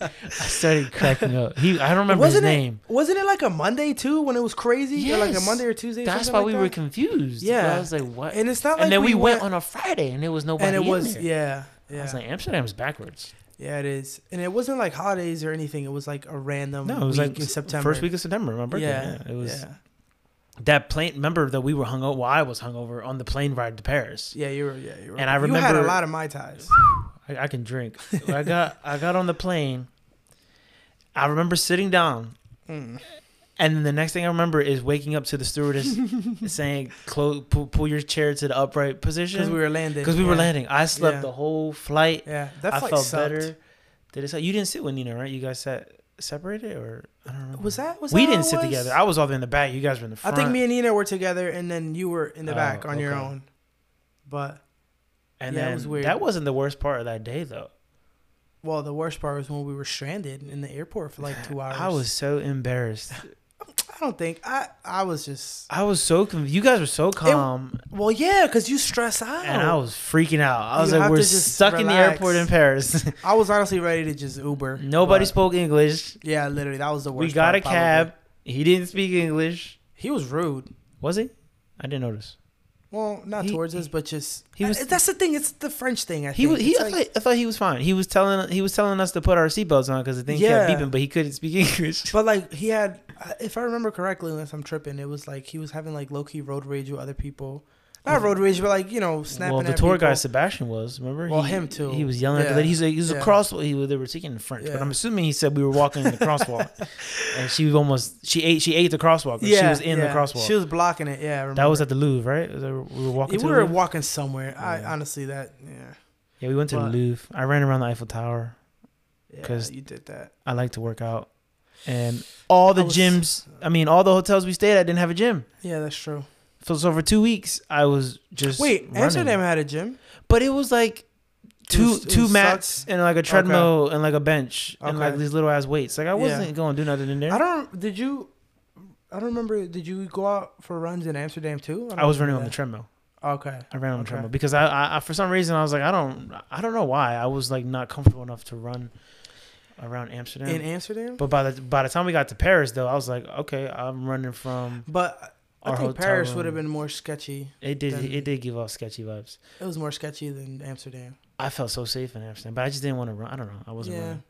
A: I started cracking up. He, I don't remember
B: Wasn't
A: his
B: it-
A: name.
B: Wasn't it like a Monday too when it was crazy? Or like a
A: Yes.
B: Monday or Tuesday.
A: That's
B: something
A: why
B: like
A: we
B: that?
A: were confused.
B: Yeah.
A: I was like, what? And,
B: And it's not like
A: then we, went, on a Friday, and there was nobody.
B: and it was
A: in there.
B: yeah, yeah,
A: I was like, Amsterdam's backwards.
B: yeah. It is, and it wasn't like holidays or anything. It was like a random.
A: No, it was
B: week
A: like
B: in September.
A: First week of September, my birthday. Yeah, it was
B: Yeah,
A: that plane. Remember that we were hungover. Well, I was hungover on the plane ride to Paris.
B: yeah, you were. Yeah, you were.
A: And I
B: you had a
A: remember-
B: lot of my ties.
A: I, I can
B: (laughs)
A: drink. I got I got on the plane. I remember sitting down,
B: Mm.
A: and then the next thing I remember is waking up to the
B: (laughs)
A: stewardess saying, "Close, pull, pull your chair to the upright
B: Because
A: position."
B: we were landing.
A: Because we, were
B: yeah.
A: landing. I slept
B: Yeah.
A: the whole flight.
B: Yeah, that
A: I
B: flight
A: felt
B: sucked.
A: better. Did it? Suck? You didn't sit with Nina, right? You guys sat separated, or I don't remember.
B: Was that? Was
A: we
B: that how
A: didn't
B: it
A: sit
B: was?
A: together. I was all the way in the back. You guys were in the
B: I
A: front.
B: think me and Nina were together, and then you were in the
A: Oh,
B: back on your
A: okay.
B: own. But
A: And
B: Yeah, it
A: then
B: was weird.
A: that wasn't the worst part of that day though.
B: well, the worst part was when we were stranded in the airport for like two hours.
A: I was so embarrassed.
B: I don't think I. I was just.
A: I was so confused. You guys were so calm,
B: Well, yeah, because you stress out.
A: and I was freaking out. I was
B: You
A: like,
B: have
A: "We're
B: to just
A: stuck in the
B: relax.
A: airport in
B: (laughs)
A: Paris.
B: (laughs) I was honestly ready to just Uber.
A: Nobody
B: but-
A: spoke English.
B: Yeah, literally, that was the worst.
A: We got
B: part,
A: a cab.
B: probably.
A: He didn't speak English.
B: He was rude.
A: Was he? I didn't notice.
B: Well, not
A: He-
B: towards us, but just
A: he
B: he was.
A: was-
B: that's the thing. It's the French thing. I
A: He
B: think.
A: was. He.
B: It's
A: I,
B: like-
A: thought, I thought he was fine. He was telling. He was telling us to put our seatbelts on because the thing kept
B: Yeah.
A: beeping, but he couldn't speak (laughs) English.
B: But like he had, uh, if I remember correctly, unless I'm tripping, it was like he was having like low key road rage with other people. Not road rage, but like you know, snapping.
A: well, the
B: at
A: tour
B: people.
A: guy Sebastian was. Remember?
B: Well,
A: He-
B: him too.
A: He was yelling at
B: Yeah.
A: the lady. He's like, he was
B: Yeah.
A: a crosswalk. He was, they were speaking in French,
B: Yeah.
A: but I'm assuming he said we were walking in the
B: (laughs)
A: crosswalk, and she was almost she ate she ate the crosswalk. or she was in
B: yeah.
A: the crosswalk.
B: She was blocking it. Yeah, I remember.
A: that was at the Louvre, right? Was that- We were walking.
B: We
A: to
B: were
A: the Louvre?
B: walking somewhere. I
A: Yeah.
B: honestly that yeah.
A: yeah, we went to
B: What?
A: the Louvre. I ran around the Eiffel Tower.
B: Yeah,
A: 'Cause-
B: you did that.
A: I like to work out, and all the
B: I was-
A: gyms. I mean, all the hotels we stayed at didn't have a gym.
B: Yeah, that's true.
A: So, so for two weeks, I was just
B: Wait,
A: running.
B: Amsterdam had a gym.
A: But it was like
B: It
A: two
B: was- it
A: two
B: sucked.
A: mats and like a treadmill and like a bench and like
B: Okay.
A: these little ass weights. Like I
B: Yeah.
A: wasn't going to do nothing in there.
B: I
A: I,
B: don't. Did you? I don't remember. Did you go out for runs in Amsterdam too? don't
A: was running
B: remember
A: on the treadmill.
B: that. Okay.
A: I ran on the
B: Okay.
A: treadmill because I, I, I for some reason I was like I don't I don't know why I was like not comfortable enough to run around Amsterdam.
B: In Amsterdam.
A: but by the by the time we got to Paris though, I was like okay, I'm running from
B: But I
A: our
B: think
A: hotel
B: Paris
A: room.
B: would have been more sketchy.
A: It did
B: then-
A: it did give off sketchy vibes.
B: It was more sketchy than Amsterdam.
A: I felt so safe in Amsterdam, but I just didn't want to run. I don't know. I wasn't
B: Yeah.
A: running.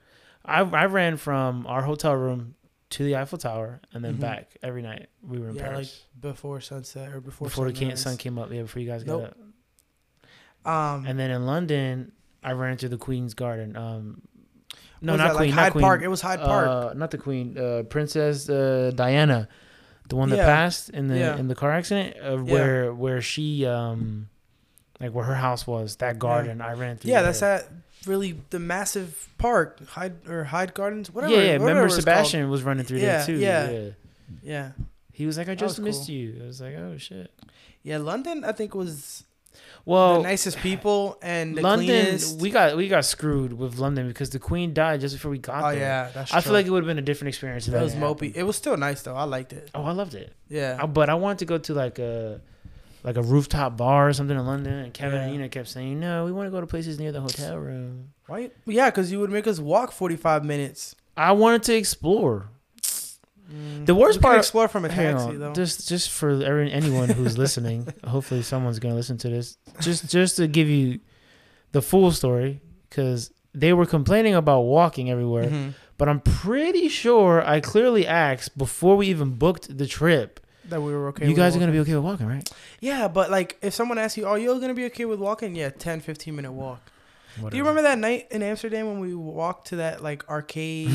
A: I I ran from our hotel room to the Eiffel Tower and then
B: Mhm.
A: back every night. We were in
B: Yeah,
A: Paris.
B: like before sunset or before
A: before the can-
B: sunrise.
A: sun came up. Yeah, before you guys got
B: Nope.
A: up.
B: Um,
A: And then in London, I ran through the Queen's Garden. Um, no, not
B: what was that,
A: Queen.
B: Like
A: not
B: Hyde
A: Queen.
B: Park. It was Hyde Park.
A: Uh, not the Queen. Uh, Princess uh, Diana, the one that
B: Yeah.
A: passed in the
B: Yeah.
A: in the car accident, uh, where where she um, like where her house was. That garden. I ran through.
B: yeah, that's
A: there.
B: that really the massive park, Hyde or Hyde Gardens, whatever.
A: yeah, yeah.
B: whatever
A: Remember
B: it's called.
A: Sebastian was running through
B: Yeah,
A: there too.
B: yeah.
A: yeah.
B: Yeah,
A: He was like, I
B: That was
A: just missed
B: cool.
A: you. I was like, oh shit.
B: yeah. London, I think, was
A: Well,
B: the nicest people and the
A: London,
B: cleanest.
A: we got we got screwed with London because the Queen died just before we got
B: oh
A: there.
B: yeah, that's
A: I
B: true.
A: feel like it would have been a different experience. if
B: that was
A: didn't
B: mopey.
A: happen.
B: It was still nice though. I liked it.
A: Oh, I loved it.
B: Yeah,
A: I- but I wanted to go to like a like a rooftop bar or something in London, and Kevin
B: Yeah.
A: and Nina kept saying, "No, we want to go to places near the hotel room."
B: why? Yeah, because you would make us walk forty five minutes.
A: I wanted to explore.
B: Mm,
A: The worst
B: we could
A: part-
B: explore from a
A: Hang
B: taxi
A: on,
B: though.
A: just just for every, anyone who's
B: (laughs)
A: listening, hopefully someone's gonna listen to this. Just just to give you the full story, because they were complaining about walking everywhere,
B: Mhm.
A: but I'm pretty sure I clearly asked before we even booked the trip.
B: That we were okay.
A: you
B: with
A: guys are
B: walking.
A: gonna be okay with walking, right?
B: Yeah, but like if someone asks you, "Are you gonna be okay with walking?" Yeah, 10, 15 minute walk. Do you
A: Whatever.
B: remember that night in Amsterdam when we walked to that like arcade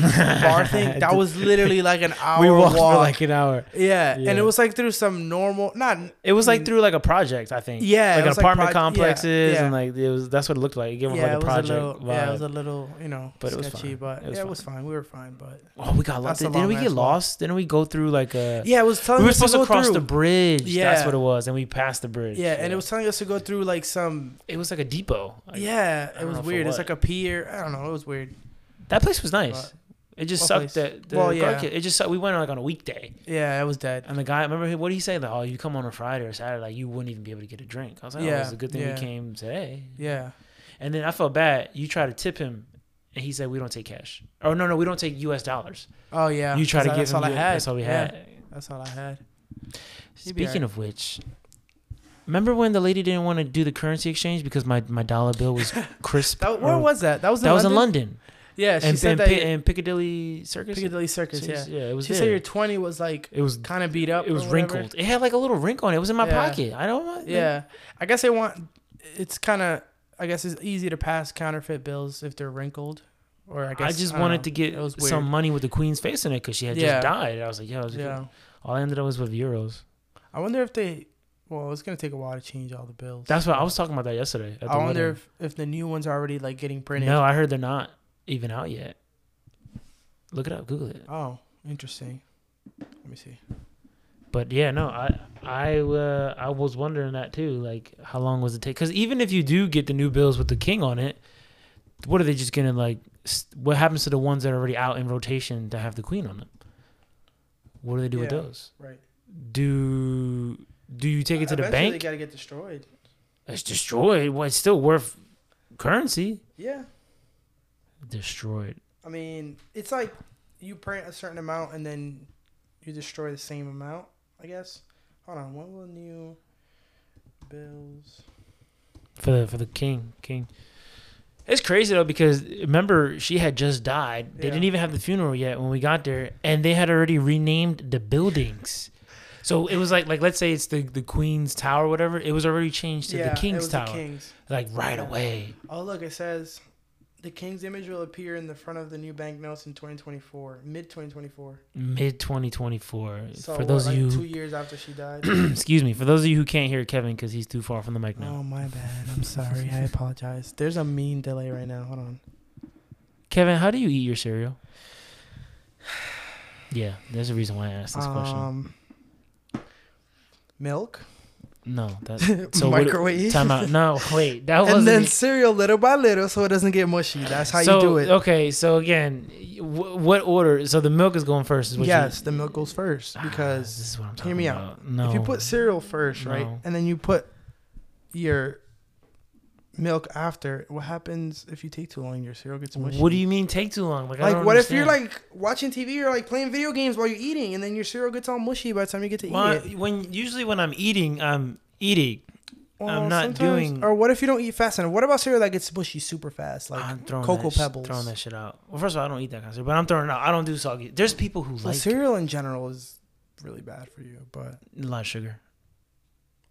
A: (laughs)
B: bar thing? That was literally like an hour
A: We walked
B: walk.
A: for like an hour.
B: yeah.
A: Yeah.
B: and it was like through some normal, not
A: It was like
B: Mm.
A: through like a project, I think.
B: yeah, it
A: like an
B: was
A: apartment
B: proj- yeah,
A: complexes
B: yeah.
A: and like it was that's what it looked like. It gave off
B: Yeah,
A: like
B: it
A: a
B: was
A: project
B: little, yeah, it was
A: vibe.
B: a little, you know,
A: But it was
B: sketchy,
A: fine.
B: but
A: It was
B: yeah, it was fine. We were fine, but
A: oh, we got
B: That's
A: lost.
B: a
A: Didn't we
B: long
A: get
B: ass walk.
A: lost? Didn't we go through like a
B: yeah, it was telling
A: we were
B: us to
A: supposed to,
B: go
A: cross
B: through.
A: the bridge.
B: Yeah.
A: That's what it was. And we passed the bridge.
B: yeah, and it was telling us to go through like some,
A: it was like a depot. Like, I
B: yeah, it
A: don't
B: was
A: know for
B: weird. It's
A: what.
B: like a pier. I don't know. It was weird.
A: That place was nice. It just
B: What
A: sucked
B: place?
A: that the
B: Well,
A: well,
B: yeah.
A: it just sucked. we went on like on a weekday.
B: Yeah, it was dead.
A: And the guy remember he- what did he say? Like, oh, you come on a Friday or Saturday, like you wouldn't even be able to get a drink. I was like,
B: Yeah,
A: Oh, it's a good thing
B: yeah.
A: we came today.
B: Yeah,
A: And then I felt bad. You try to tip him and he said we don't take cash. Oh no, no, we don't take US dollars.
B: oh yeah.
A: you try to
B: 'cause
A: give
B: that's
A: him
B: all I
A: your-
B: had.
A: That's all we
B: Yeah,
A: had.
B: That's all I had. He'd be
A: Speaking
B: alright.
A: of which, remember when the lady didn't want to do the currency exchange because my, my dollar bill
B: (laughs)
A: was crisp?
B: That, where
A: or-
B: was that? That was in
A: Oh. that was in
B: London?
A: London
B: Yeah, she
A: and,
B: said
A: and,
B: that
A: Pi- and Piccadilly Circus.
B: Piccadilly Circus.
A: Circus,
B: Yeah,
A: it was.
B: she
A: there.
B: said your twenty was like
A: it was
B: kind of beat up.
A: it was
B: or whatever.
A: wrinkled. It had like a little wrinkle on it. It was in my
B: Yeah.
A: pocket. I don't want.
B: Yeah, I guess they want. It's kind of. I guess it's easy to pass counterfeit bills if they're wrinkled, or I
A: I,
B: guess
A: just
B: don't
A: wanted
B: know.
A: to get
B: It was weird.
A: some money with the queen's face in it because she had
B: Yeah.
A: just died. I was like, yeah, it was
B: Yeah,
A: all I ended up was with euros.
B: I wonder if they. Well, it's gonna take a while to change all the bills.
A: That's what I was talking about that yesterday. at the
B: I wonder
A: wedding.
B: if, if the new ones are already like getting printed.
A: No, I heard they're not even out yet. Look it up, Google it.
B: Oh, interesting. Let me see.
A: But yeah, no, I I uh, I was wondering that too. Like, how long was it take? Because even if you do get the new bills with the king on it, what are they just gonna like? s what happens to the ones that are already out in rotation that have the queen on them? What do they do with
B: Yeah.
A: those?
B: Right. E,
A: Do do you take it to the
B: Uh, They
A: bank?
B: gotta get destroyed.
A: it's destroyed. Well, it's still worth currency.
B: Yeah.
A: Destroyed.
B: I mean, it's like you print a certain amount and then you destroy the same amount, I guess. Hold on, what will new bills?
A: for the for the king king. It's crazy though because remember she had just died. They
B: Yeah.
A: didn't even have the funeral yet when we got there, and they had already renamed the buildings. So it was like like let's say it's the the Queen's Tower, or whatever. It was already changed to the
B: it
A: King's
B: was the
A: Tower,
B: King's.
A: like right
B: Yeah.
A: away.
B: Oh, look, it says the King's image will appear in the front of the new banknotes in 2024, mid 2024.
A: Mid 2024.
B: So
A: for those
B: what, like
A: of (clears throat)
B: two
A: you,
B: years after she
A: (coughs)
B: died.
A: excuse me, for those of you who can't hear Kevin because he's too far from the mic now.
B: oh my bad. I'm sorry. I apologize. There's a mean delay right now. Hold on.
A: Kevin, how do you eat your cereal? (sighs) Yeah, there's a reason why I asked this question.
B: Um, milk,
A: No,
B: (laughs)
A: that's so
B: Microwave.
A: Microwave. Time out. No, wait. That wasn't.
B: (laughs) and then cereal little by little so it doesn't get mushy. That's how
A: so,
B: you do it.
A: Okay, so again, w- what order? So the milk is going first. Is what you-
B: Yes, the milk goes first
A: Ah,
B: because
A: this is what I'm talking
B: hear me out.
A: about. No,
B: if you put cereal first, right,
A: No.
B: and then you put your milk after, what happens if you take too long? Your cereal gets mushy.
A: what do you mean take too long? Like, I
B: Like,
A: don't
B: what if you're
A: understand.
B: like watching TV or like playing video games while you're eating, and then your cereal gets all mushy by the time you get to
A: Well,
B: eat it?
A: when usually when I'm eating, I'm eating. I'm not
B: sometimes-
A: doing-
B: Or what if you don't eat fast enough? What about cereal that gets mushy super fast, like
A: I'm throwing
B: Cocoa
A: that sh-
B: Pebbles?
A: throwing that shit out. Well, first of all, I don't eat that kind of cereal, but I'm throwing it out. I don't do soggy. There's people who
B: well,
A: like
B: cereal in general is really bad for you, but
A: a lot of sugar.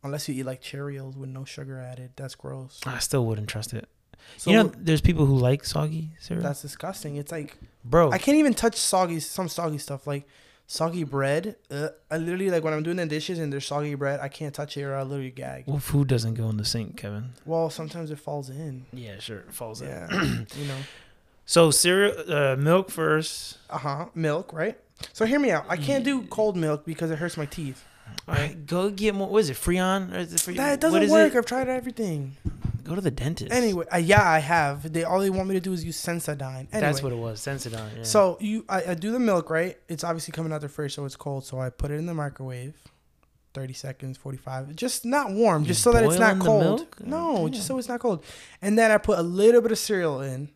B: unless you eat like Cheerios with no sugar added, that's gross.
A: I still wouldn't trust it.
B: So
A: you know, there's people who like soggy cereal.
B: that's disgusting. It's like
A: Bro,
B: I can't even touch soggy some soggy stuff like soggy bread. Uh, I literally like when I'm doing the dishes and there's soggy bread, I can't touch it or I literally gag.
A: what food doesn't go in the sink, Kevin?
B: Well, sometimes it falls in.
A: Yeah, sure, it falls in.
B: Yeah,
A: (clears throat)
B: you know.
A: So cereal, uh, milk first.
B: Uh huh. Milk, right? So hear me out. I can't do
A: Mm.
B: cold milk because it hurts my teeth.
A: All right, go get more. What is it? Freon? Or is it free,
B: That
A: what
B: doesn't
A: is
B: work.
A: it?
B: I've tried everything.
A: Go to the dentist.
B: Anyway, uh, yeah, I have. They all they want me to do is use Sensodyne. Anyway,
A: that's what it was. Sensodyne. Yeah.
B: So you, I, I do the milk, right? It's obviously coming out the fridge, so it's cold. So I put it in the microwave, thirty seconds, forty-five, just not warm,
A: You
B: just so that it's
A: boil
B: not
A: the
B: cold.
A: milk?
B: No,
A: Oh,
B: just so it's not cold. And then I put a little bit of cereal in,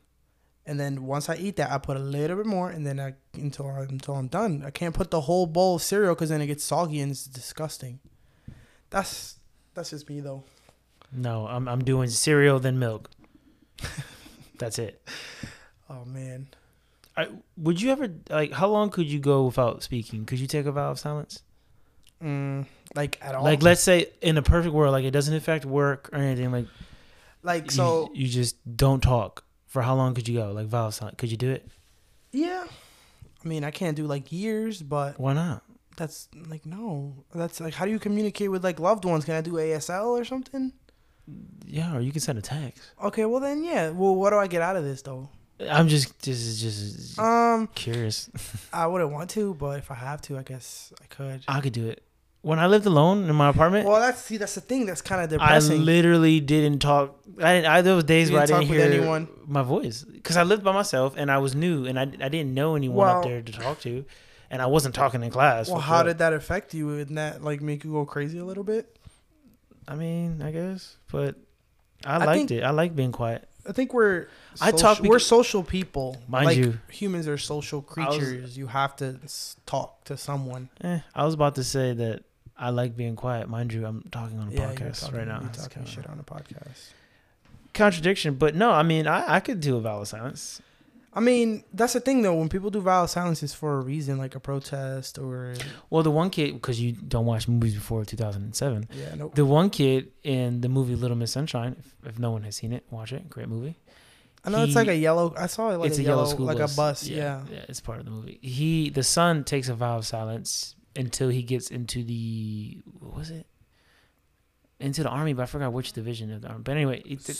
B: and then once I eat that, I put a little bit more, and then I until I, until I'm done. I can't put the whole bowl of cereal because then it gets soggy and it's disgusting. That's that's just me though.
A: no, I'm I'm doing cereal then
B: (laughs)
A: milk. that's it.
B: Oh man,
A: I, would you ever like? How long could you go without speaking? Could you take a vow of silence?
B: mm, like at all,
A: Like,
B: like,
A: let's say in a perfect world, like it doesn't affect work or anything. Like, you-
B: so
A: you, just don't talk. For how long could you go? Like vow of silence? Could you do it?
B: yeah. I mean, I can't do like years, but
A: Why not?
B: that's like no that's like how do you communicate with like loved ones can i do asl or something
A: Yeah, or you can send a text.
B: okay well then yeah well what do i get out of this though
A: I'm just just just
B: um
A: curious.
B: i wouldn't want to but if i have to i guess i could
A: I could do it when I lived alone in my apartment.
B: well that's see that's the thing that's kind of
A: I
B: depressing
A: literally didn't talk. I didn't. I, there was days
B: You
A: where I
B: didn't
A: didn't
B: talk with
A: hear
B: anyone?
A: my voice because I lived by myself and I was new and I, I didn't know anyone up
B: Well-
A: there to talk to, and I wasn't talking in class.
B: well
A: Fuck
B: how
A: up.
B: did that affect you Didn't that like make you go crazy a little bit
A: I mean? I guess, but I,
B: I
A: liked
B: think-
A: it. I like being quiet.
B: i think we're
A: I
B: soci-
A: talk
B: we're
A: becau-
B: social people
A: Mind
B: like,
A: you.
B: humans are social
A: I was-
B: creatures you have to s- talk to someone
A: Eh, I was about to say that I like being quiet. Mind you, I'm talking on a
B: yeah, you're
A: podcast
B: talking,
A: right now.
B: you're
A: It's
B: talking
A: kinda
B: shit on a podcast
A: Contradiction, but no. I mean, I, I could do a vow of silence.
B: I mean, that's the thing though. When people do violent silence, it's for a reason, like a protest or
A: Well, the one kid because you don't watch movies before 2007.
B: yeah, no.
A: The one kid in the movie Little Miss Sunshine, if, if no one has seen it, watch it. Great movie.
B: I know it's like a
A: he-
B: yellow. I saw it like
A: it's
B: a, yellow,
A: school
B: like
A: bus.
B: a bus. Yeah.
A: yeah, it's part of the movie. He, the son, takes a vow of silence until he gets into the what was it? Into the army, but I forgot which division of the army. But anyway, he, took-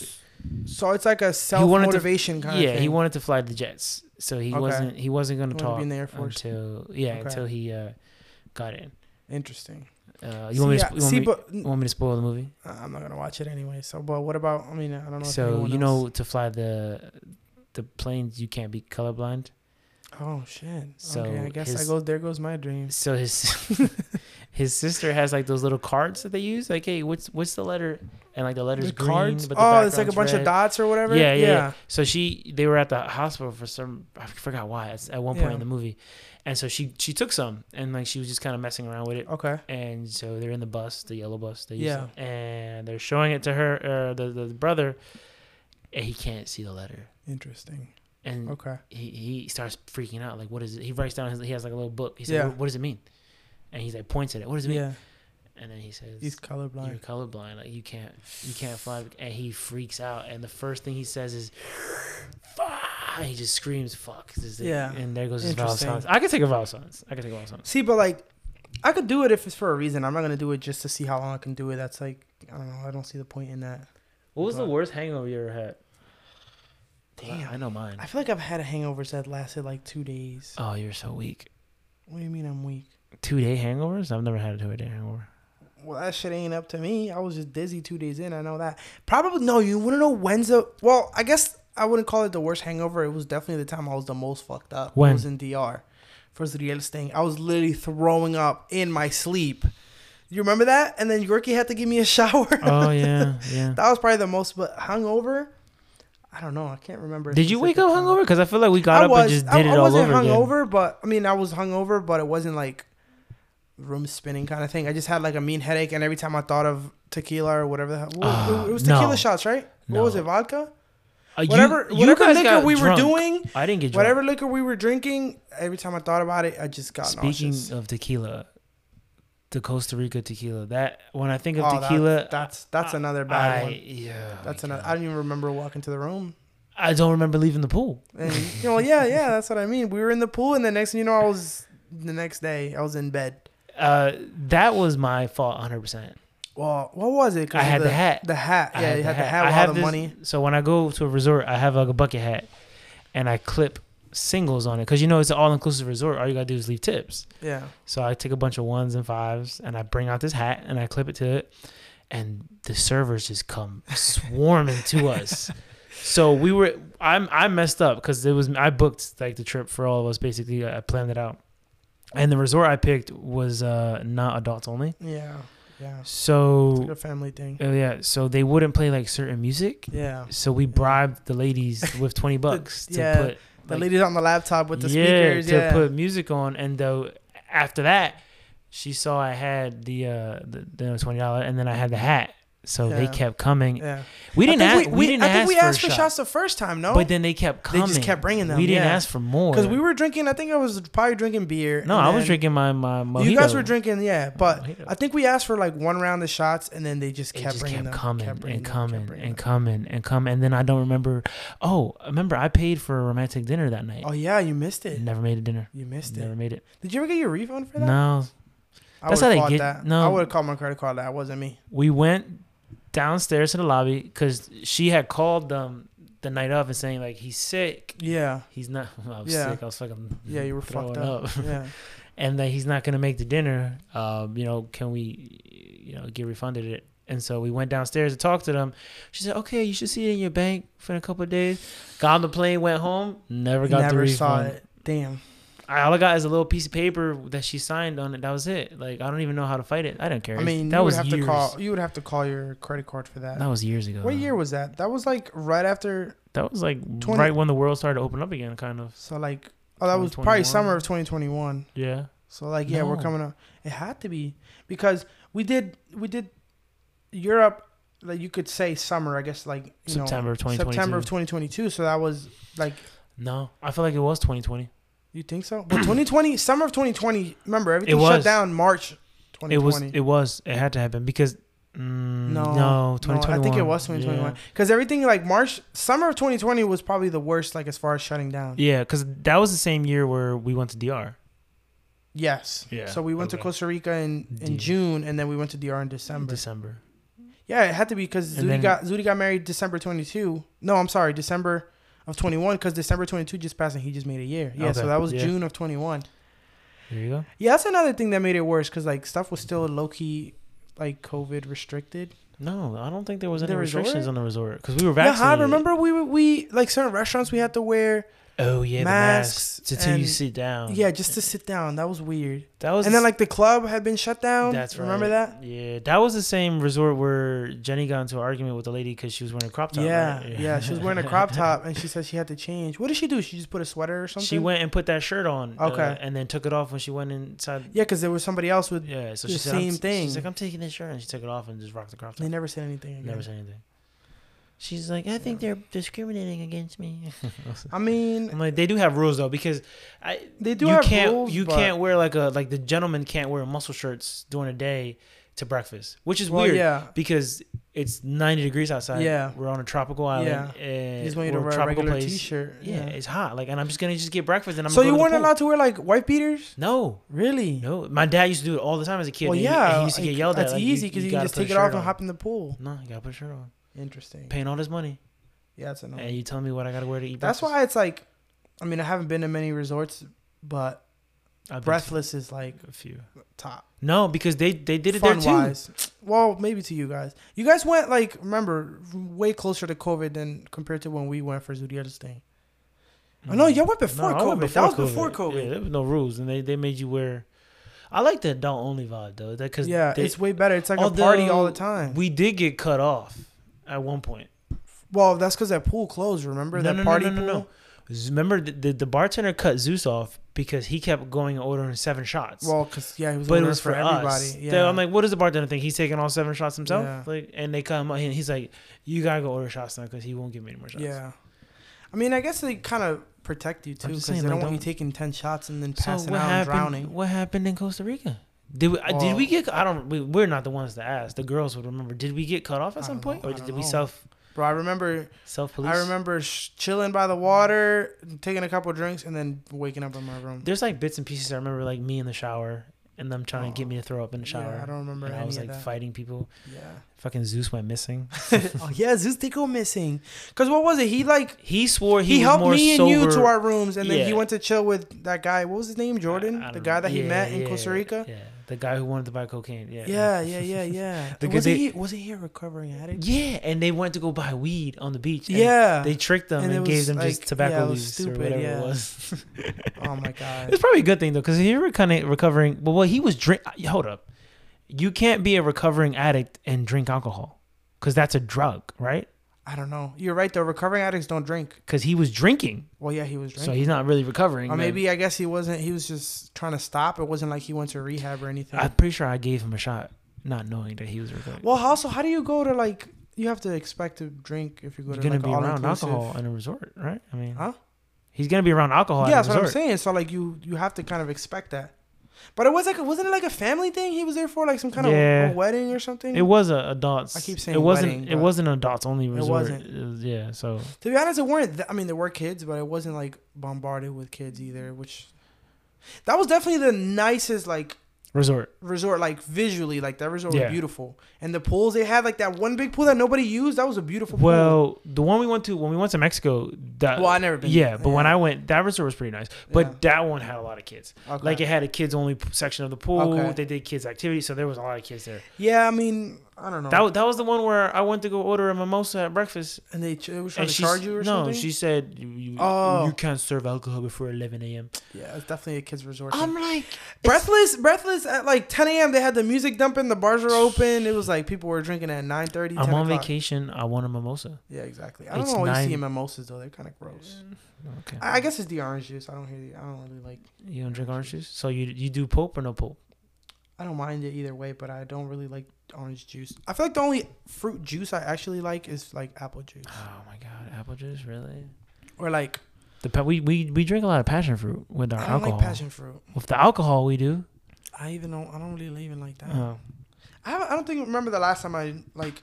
B: So it's like a self
A: wanted to-
B: motivation kind of
A: yeah,
B: thing.
A: he wanted to fly the jets, so he
B: Okay.
A: wasn't he wasn't going
B: He
A: to
B: wanted to
A: talk
B: be in the Air Force.
A: until yeah
B: Okay.
A: until he uh, got in.
B: Interesting.
A: Uh, you want me? To,
B: See,
A: sp- you want
B: I- see,
A: me-
B: but
A: you want me to spoil the movie?
B: I'm not gonna watch it anyway. So, but what about? I mean, I don't know. if
A: So
B: anyone
A: you
B: else-
A: know, to fly the the planes, you can't be colorblind.
B: Oh shit.
A: So
B: okay, I guess I
A: his-
B: go. There goes my dream.
A: So his (laughs) his sister has like those little cards that they use. Like, hey, what's what's the letter? And like the letters green, but the
B: oh, it's like a
A: background's
B: bunch of
A: red.
B: dots or whatever.
A: Yeah, yeah, yeah. So she they were at the hospital for some I forgot why it's at one point
B: Yeah.
A: in the movie, and so she she took some and like she was just kind of messing around with it.
B: Okay.
A: And so they're in the bus, the yellow bus. They
B: Yeah.
A: yeah. And they're showing it to her, uh, the, the the brother, and he can't see the letter.
B: Interesting.
A: And
B: Okay.
A: he, he starts freaking out. Like, what is it? He writes down his, he has like a little book. He said,
B: Yeah.
A: what, what does it mean? And he's like, points at it. What does it mean?
B: Yeah.
A: And then he says,
B: He's
A: you're
B: colorblind.
A: colorblind. Like, you can't, you can't fly. And he freaks out. And the first thing he says is, fuck. And he just screams, fuck. This is it.
B: Yeah.
A: And there goes his vowel
B: Interesting.
A: silence. I could take a vowel silence. I could take a vowel silence.
B: See, but like, I could do it if it's for a reason. I'm not gonna do it just to see how long I can do it. That's like, I don't know. I don't see the point in that.
A: What was the
B: But-
A: worst hangover you ever had?
B: Damn.
A: I know mine.
B: I feel like I've had hangovers that lasted like two days.
A: Oh, you're so weak.
B: What do you mean I'm weak? (laughs)
A: Two day hangovers? I've never had a two day hangover.
B: well, that shit ain't up to me. I was just dizzy two days in. I know that. Probably no. You wouldn't know when's the. Well, I guess I wouldn't call it the worst hangover. It was definitely the time I was the most fucked up.
A: When?
B: I was in DR for Zriel's thing. I was literally throwing up in my sleep. You remember that? And then Yorkie had to give me a (laughs) shower.
A: Oh yeah, yeah.
B: that was probably the most. But hungover, I don't know. I can't remember. a
A: Did you wake up
B: specific time.
A: hungover? Because I feel like we got
B: I
A: up
B: was,
A: and just did
B: I,
A: it
B: I
A: all
B: wasn't
A: over again.
B: hungover, but I mean, I was hungover, but it wasn't like room spinning kind of thing. I just had like a mean headache, and every time I thought of tequila or whatever the hell, what-
A: Ah,
B: it was tequila
A: no.
B: shots, right?
A: No.
B: What was it? Vodka?
A: Uh, you-
B: Whatever,
A: you
B: whatever
A: guys
B: liquor
A: got
B: we
A: drunk.
B: were doing,
A: I didn't get drunk.
B: whatever liquor we were drinking. Every time I thought about it, I just got
A: Speaking
B: nauseous.
A: of tequila, the Costa Rica tequila. That when I think of
B: Oh, that-
A: tequila,
B: that's that's
A: I-
B: another
A: I-
B: bad one.
A: Yeah,
B: That's
A: my
B: another.
A: God.
B: I don't even remember walking to the room.
A: I don't remember leaving the pool.
B: And you know, yeah, yeah, that's what I mean. We were in the pool, and the next thing you know, I was the next day. I was in bed.
A: Uh, that was my fault, hundred percent.
B: Well, what was it? 'Cause
A: I
B: of
A: had the hat.
B: The hat.
A: I
B: yeah, you had the
A: I
B: hat with
A: have
B: all the
A: this-
B: money.
A: So when I go to a resort, I have like a bucket hat, and I clip singles on it because you know it's an all-inclusive resort. All you gotta do is leave tips.
B: Yeah.
A: So I take a bunch of ones and fives, and I bring out this hat, and I clip it to it, and the servers just come swarming to
B: (laughs)
A: us. So we were, I'm, I messed up because it was I booked like the trip for all of us. Basically, I planned it out, and the resort I picked was uh, not adults only.
B: Yeah. Yeah. It's like
A: So
B: a family thing.
A: oh yeah, so they wouldn't play like certain music.
B: Yeah.
A: So we bribed the ladies with twenty bucks to
B: yeah,
A: put
B: The
A: like,
B: ladies on the laptop with the speakers.
A: to
B: Yeah.
A: put music on. And though after that, she saw I had the uh the, the twenty dollar, and then I had the hat. So they
B: Yeah.
A: kept coming.
B: yeah.
A: We didn't
B: I
A: ask.
B: think
A: We, didn't
B: I think
A: ask,
B: we
A: for,
B: asked for
A: shots,
B: shots the first time, no?
A: but then they kept
B: they
A: coming.
B: just kept bringing them.
A: We didn't
B: yeah.
A: ask for more
B: Because we were drinking, I think I was probably drinking beer.
A: No,
B: and
A: I was
B: then-
A: drinking my my mojito.
B: You guys were drinking, yeah. But
A: Mojito.
B: I think we asked for like one round of shots, and then they just
A: It
B: kept
A: just
B: bringing
A: kept
B: them.
A: coming
B: kept bringing
A: and
B: them, kept
A: coming
B: bringing
A: and
B: them.
A: coming and coming, and then I don't remember. Oh, remember I paid for a romantic dinner that night.
B: Oh yeah, you missed it.
A: Never made a dinner.
B: You missed
A: Never
B: it.
A: made it.
B: Did you ever get your refund for that?
A: No,
B: I
A: That's
B: That's
A: how they
B: how
A: get-
B: That.
A: no.
B: I would have called my credit card. That wasn't me.
A: we went downstairs to the lobby because she had called them the night of and saying like he's sick. (laughs)
B: Yeah.
A: He's not. I was
B: Yeah.
A: sick. I was fucking.
B: Yeah, you were
A: throwing
B: fucked up. Yeah.
A: (laughs) and that he's not gonna make the dinner. Um, you know, can we, you know, get refunded it? And so we went downstairs to talk to them. She said, "Okay, you should see it in your bank for a couple of days." Got on the plane, went home. Never got the
B: Never
A: refund.
B: saw it. Damn.
A: I, all I got is a little piece of paper that she signed on it. That was it. Like I don't even know how to fight it. I don't care.
B: I mean,
A: that
B: you
A: was
B: would have
A: years.
B: to call. You would have to call your credit card for that.
A: That was years ago.
B: What
A: though.
B: year was that? That was like right after.
A: That was like
B: 20
A: right when the world started to open up again, kind of.
B: So like, oh, that was probably
A: 2021.
B: summer of 2021.
A: Yeah.
B: So like, yeah, we're
A: No.
B: coming up. It had to be because we did we did Europe. Like you could say summer, I guess. Like you
A: September of
B: know,
A: 2022.
B: September of 2022. So that was like.
A: No, I feel like it was 2020.
B: You think so?
A: (clears throat)
B: But 2020, summer of 2020. Remember, everything
A: was.
B: shut down March
A: It
B: 2020.
A: was. It was. It had to happen because. Mm, no.
B: No,
A: No. 2021.
B: I think it was 2021 because everything like March, summer of 2020 was probably the worst, like as far as shutting down.
A: Yeah, because that was the same year where we went to DR.
B: Yes.
A: Yeah,
B: So we went to
A: okay.
B: Costa Rica in, in
A: Deal.
B: June, and then we went to DR in December.
A: December.
B: yeah, it had to be because
A: And
B: Zudi
A: then-
B: got Zudi got married December 22. No, I'm sorry, December of 21 because December 22 just passed and he just made a year. Yeah.
A: Okay,
B: So that was
A: yeah.
B: June of 21.
A: There you go.
B: Yeah, that's another thing that made it worse because like stuff was still low key like COVID restricted.
A: No, I don't think there was
B: The
A: any restrictions
B: resort?
A: on the resort because we were
B: Yeah,
A: vaccinated.
B: I remember we were- we like certain restaurants we had to wear.
A: Oh yeah,
B: Masks
A: the masks until you
B: and-
A: sit down.
B: Yeah, just to sit down. That was weird.
A: Oh. that was.
B: And then like the club had been shut down.
A: That's right.
B: Remember that?
A: Yeah, that was the same resort where Jenny got into an argument with a lady because she was wearing a crop top.
B: Yeah,
A: right?
B: yeah, She
A: (laughs)
B: was wearing a crop top, and she said she had to change. What did she do? She just put a sweater or something.
A: She went and put that shirt on. uh,
B: Okay.
A: and then took it off when she went inside.
B: Yeah, because there was somebody else with.
A: Yeah. So
B: The
A: she said, I'm-
B: same thing.
A: She's like, I'm taking this shirt, and she took it off and just rocked the crop
B: They
A: top.
B: never said anything again.
A: Never said anything. She's like, I think they're discriminating against
B: (laughs)
A: me.
B: I mean,
A: I'm like, they do have rules though because I
B: they do
A: you
B: have
A: can't
B: rules.
A: you
B: but-
A: can't wear like a like the gentleman can't wear muscle shirts during the day to breakfast, which is
B: Well,
A: weird
B: yeah.
A: because it's 90 degrees outside.
B: Yeah.
A: we're on a tropical island. Yeah,
B: They
A: and
B: just want you
A: we're
B: to
A: a
B: wear a
A: tropical
B: regular
A: place.
B: t-shirt.
A: Yeah, it's hot. Like, and I'm just gonna just get breakfast and I'm.
B: so
A: gonna
B: you
A: go
B: weren't
A: to the pool.
B: allowed to wear like white beaters?
A: No,
B: Really?
A: no. My dad used to do it all the time as a kid.
B: Well,
A: and he-
B: yeah.
A: and he used to get
B: like,
A: yelled
B: That's
A: at. like,
B: easy because you, can
A: gotta
B: just
A: put a
B: take it
A: shirt
B: off and
A: on.
B: hop in the pool.
A: No, you gotta put a shirt on.
B: Interesting.
A: Paying all this money,
B: Yeah, that's annoying.
A: and you tell me what I gotta wear to eat.
B: That's
A: breakfast.
B: why it's like, I mean, I haven't been to many resorts, but
A: I've been to
B: Breathless is like
A: a few.
B: top.
A: No, because they they did it
B: fun
A: there too.
B: wise. Well, maybe to you guys. You guys went like remember way closer to COVID than compared to when we went for Zudier's thing. Oh, no, y'all went before
A: Mm-hmm. I went
B: COVID. That was before COVID.
A: Yeah, there was no rules, and they, they made you wear. I like the adult only vibe though, that because
B: yeah, it's way better. It's like a party all the time.
A: We did get cut off at one point.
B: well, that's because that pool closed. Remember that party pool?
A: Z- Remember the, the the bartender cut Zeus off because he kept going and ordering seven shots.
B: Well, because yeah, he was
A: but it
B: ordering
A: was for,
B: for everybody.
A: us.
B: Yeah,
A: So I'm like, what does the bartender think? He's taking all seven shots himself.
B: Yeah.
A: Like, and they come out and he's like, you gotta go order shots now because he won't give me any more shots.
B: yeah. I mean, I guess they kind of protect you too
A: just
B: because they
A: saying,
B: don't
A: like,
B: want you
A: don't-
B: taking ten shots and then
A: So
B: passing
A: what
B: out and
A: happened?
B: drowning.
A: What happened in Costa Rica? Did we, uh
B: Well-
A: did we get? I don't. We, we're not the ones to ask. The girls would remember. Did we get cut off at
B: I
A: some
B: don't know.
A: point,
B: I
A: or did
B: don't
A: we
B: know.
A: self
B: Bro, I remember.
A: self police?
B: I remember sh- chilling by the water, taking a couple drinks, and then waking up in my room.
A: There's like bits and pieces. I remember like me in the shower and them trying to get
B: Oh.
A: me to throw up in the shower.
B: Yeah, I don't remember
A: and
B: any
A: I was
B: of
A: like
B: that.
A: fighting people. (laughs)
B: yeah.
A: Fucking Zeus went missing.
B: oh yeah, Zeus did go missing. Cause what was it? He like
A: He swore he,
B: he,
A: was
B: helped
A: more
B: me
A: sober.
B: and you to our rooms, and then he
A: Yeah.
B: went to chill with that guy. What was his name? Jordan,
A: I- I
B: the
A: don't
B: guy
A: know.
B: that he
A: Yeah,
B: met in
A: yeah,
B: Costa Rica.
A: Yeah, the guy who wanted to buy cocaine. Yeah,
B: Yeah, yeah, yeah, yeah.
A: The good
B: wasn't,
A: they-
B: he, wasn't he a recovering addict?
A: (laughs) yeah. And they went to go buy weed on the beach. and
B: Yeah.
A: they tricked them
B: And
A: and,
B: it was
A: gave them just
B: like-
A: tobacco
B: yeah, it was
A: leaves
B: stupid,
A: or whatever
B: yeah.
A: it was. (laughs)
B: oh my god.
A: It's (laughs) probably a good thing though, because he were kind of recovering. But well, he was drink. Hold up, you can't be a recovering addict and drink alcohol, because that's a drug, right?
B: I don't know. You're right though. Recovering addicts don't drink.
A: Because he was drinking,
B: Well, yeah, he was
A: so
B: drinking.
A: he's not really recovering.
B: or
A: man.
B: maybe I guess he wasn't. He was just trying to stop. It wasn't like he went to rehab or anything.
A: I'm pretty sure I gave him a shot, not knowing that he was recovering.
B: well, also, how do you go to like? You have to expect to drink if you go
A: You're
B: to
A: gonna
B: like
A: be
B: an
A: around
B: all-inclusive-
A: alcohol in a resort, right? I mean,
B: Huh?
A: He's gonna be around alcohol.
B: yeah,
A: at
B: that's
A: a
B: what I'm
A: resort.
B: saying. So like you you have to kind of expect that. But it was like wasn't it like a family thing? He was there for like some kind
A: Yeah.
B: of a wedding or something.
A: It was a adults.
B: I keep saying
A: it wasn't.
B: wedding,
A: it
B: but-
A: wasn't an adults only resort.
B: wasn't.
A: It was- yeah, so
B: to be honest, it weren't. Th- I mean, there were kids, but it wasn't like bombarded with kids either. Which that was definitely the nicest like
A: resort.
B: resort, like visually, like that resort
A: Yeah.
B: was beautiful. And the pools they had, like that one big pool that nobody used, that was a beautiful pool.
A: Well, the one we went to when we went to Mexico, that
B: well, I never been.
A: yeah, but when I went, that resort was pretty nice. But
B: Yeah.
A: that one had a lot of kids.
B: Okay.
A: Like it had a kids only p- section of the pool.
B: Okay.
A: They did kids activities, so there was a lot of kids there.
B: yeah, I mean, I don't know.
A: That wa- that was the one where I went to go order a mimosa at breakfast,
B: and they ch- they were trying
A: and
B: to
A: she
B: charge you
A: no,
B: or something.
A: she said you you,
B: Oh.
A: you can't serve alcohol before eleven a.m.
B: yeah, it's definitely a kids resort. thing.
A: I'm like
B: Breathless, breathless at like 10 a.m. They had the music dumping, the bars were open. It was like people were drinking at 9 30.
A: I'm on vacation. I want a mimosa.
B: Yeah, exactly. I don't
A: It's
B: know always
A: nine-
B: see mimosas though. They're kind of gross.
A: Mm. Okay,
B: I, I guess it's the orange juice. I don't hear the. I don't really like.
A: you don't drink orange juice, so you you do pulp or no pulp?
B: I don't mind it either way, but I don't really like orange juice. I feel like the only fruit juice I actually like is like apple juice
A: Oh my god, apple juice really?
B: or like
A: The pa- we, we we drink a lot of passion fruit with our
B: I don't
A: alcohol.
B: like passion fruit.
A: With the alcohol, we do.
B: I even don't. I don't really even like that.
A: Oh.
B: I haven't, I don't think remember the last time I like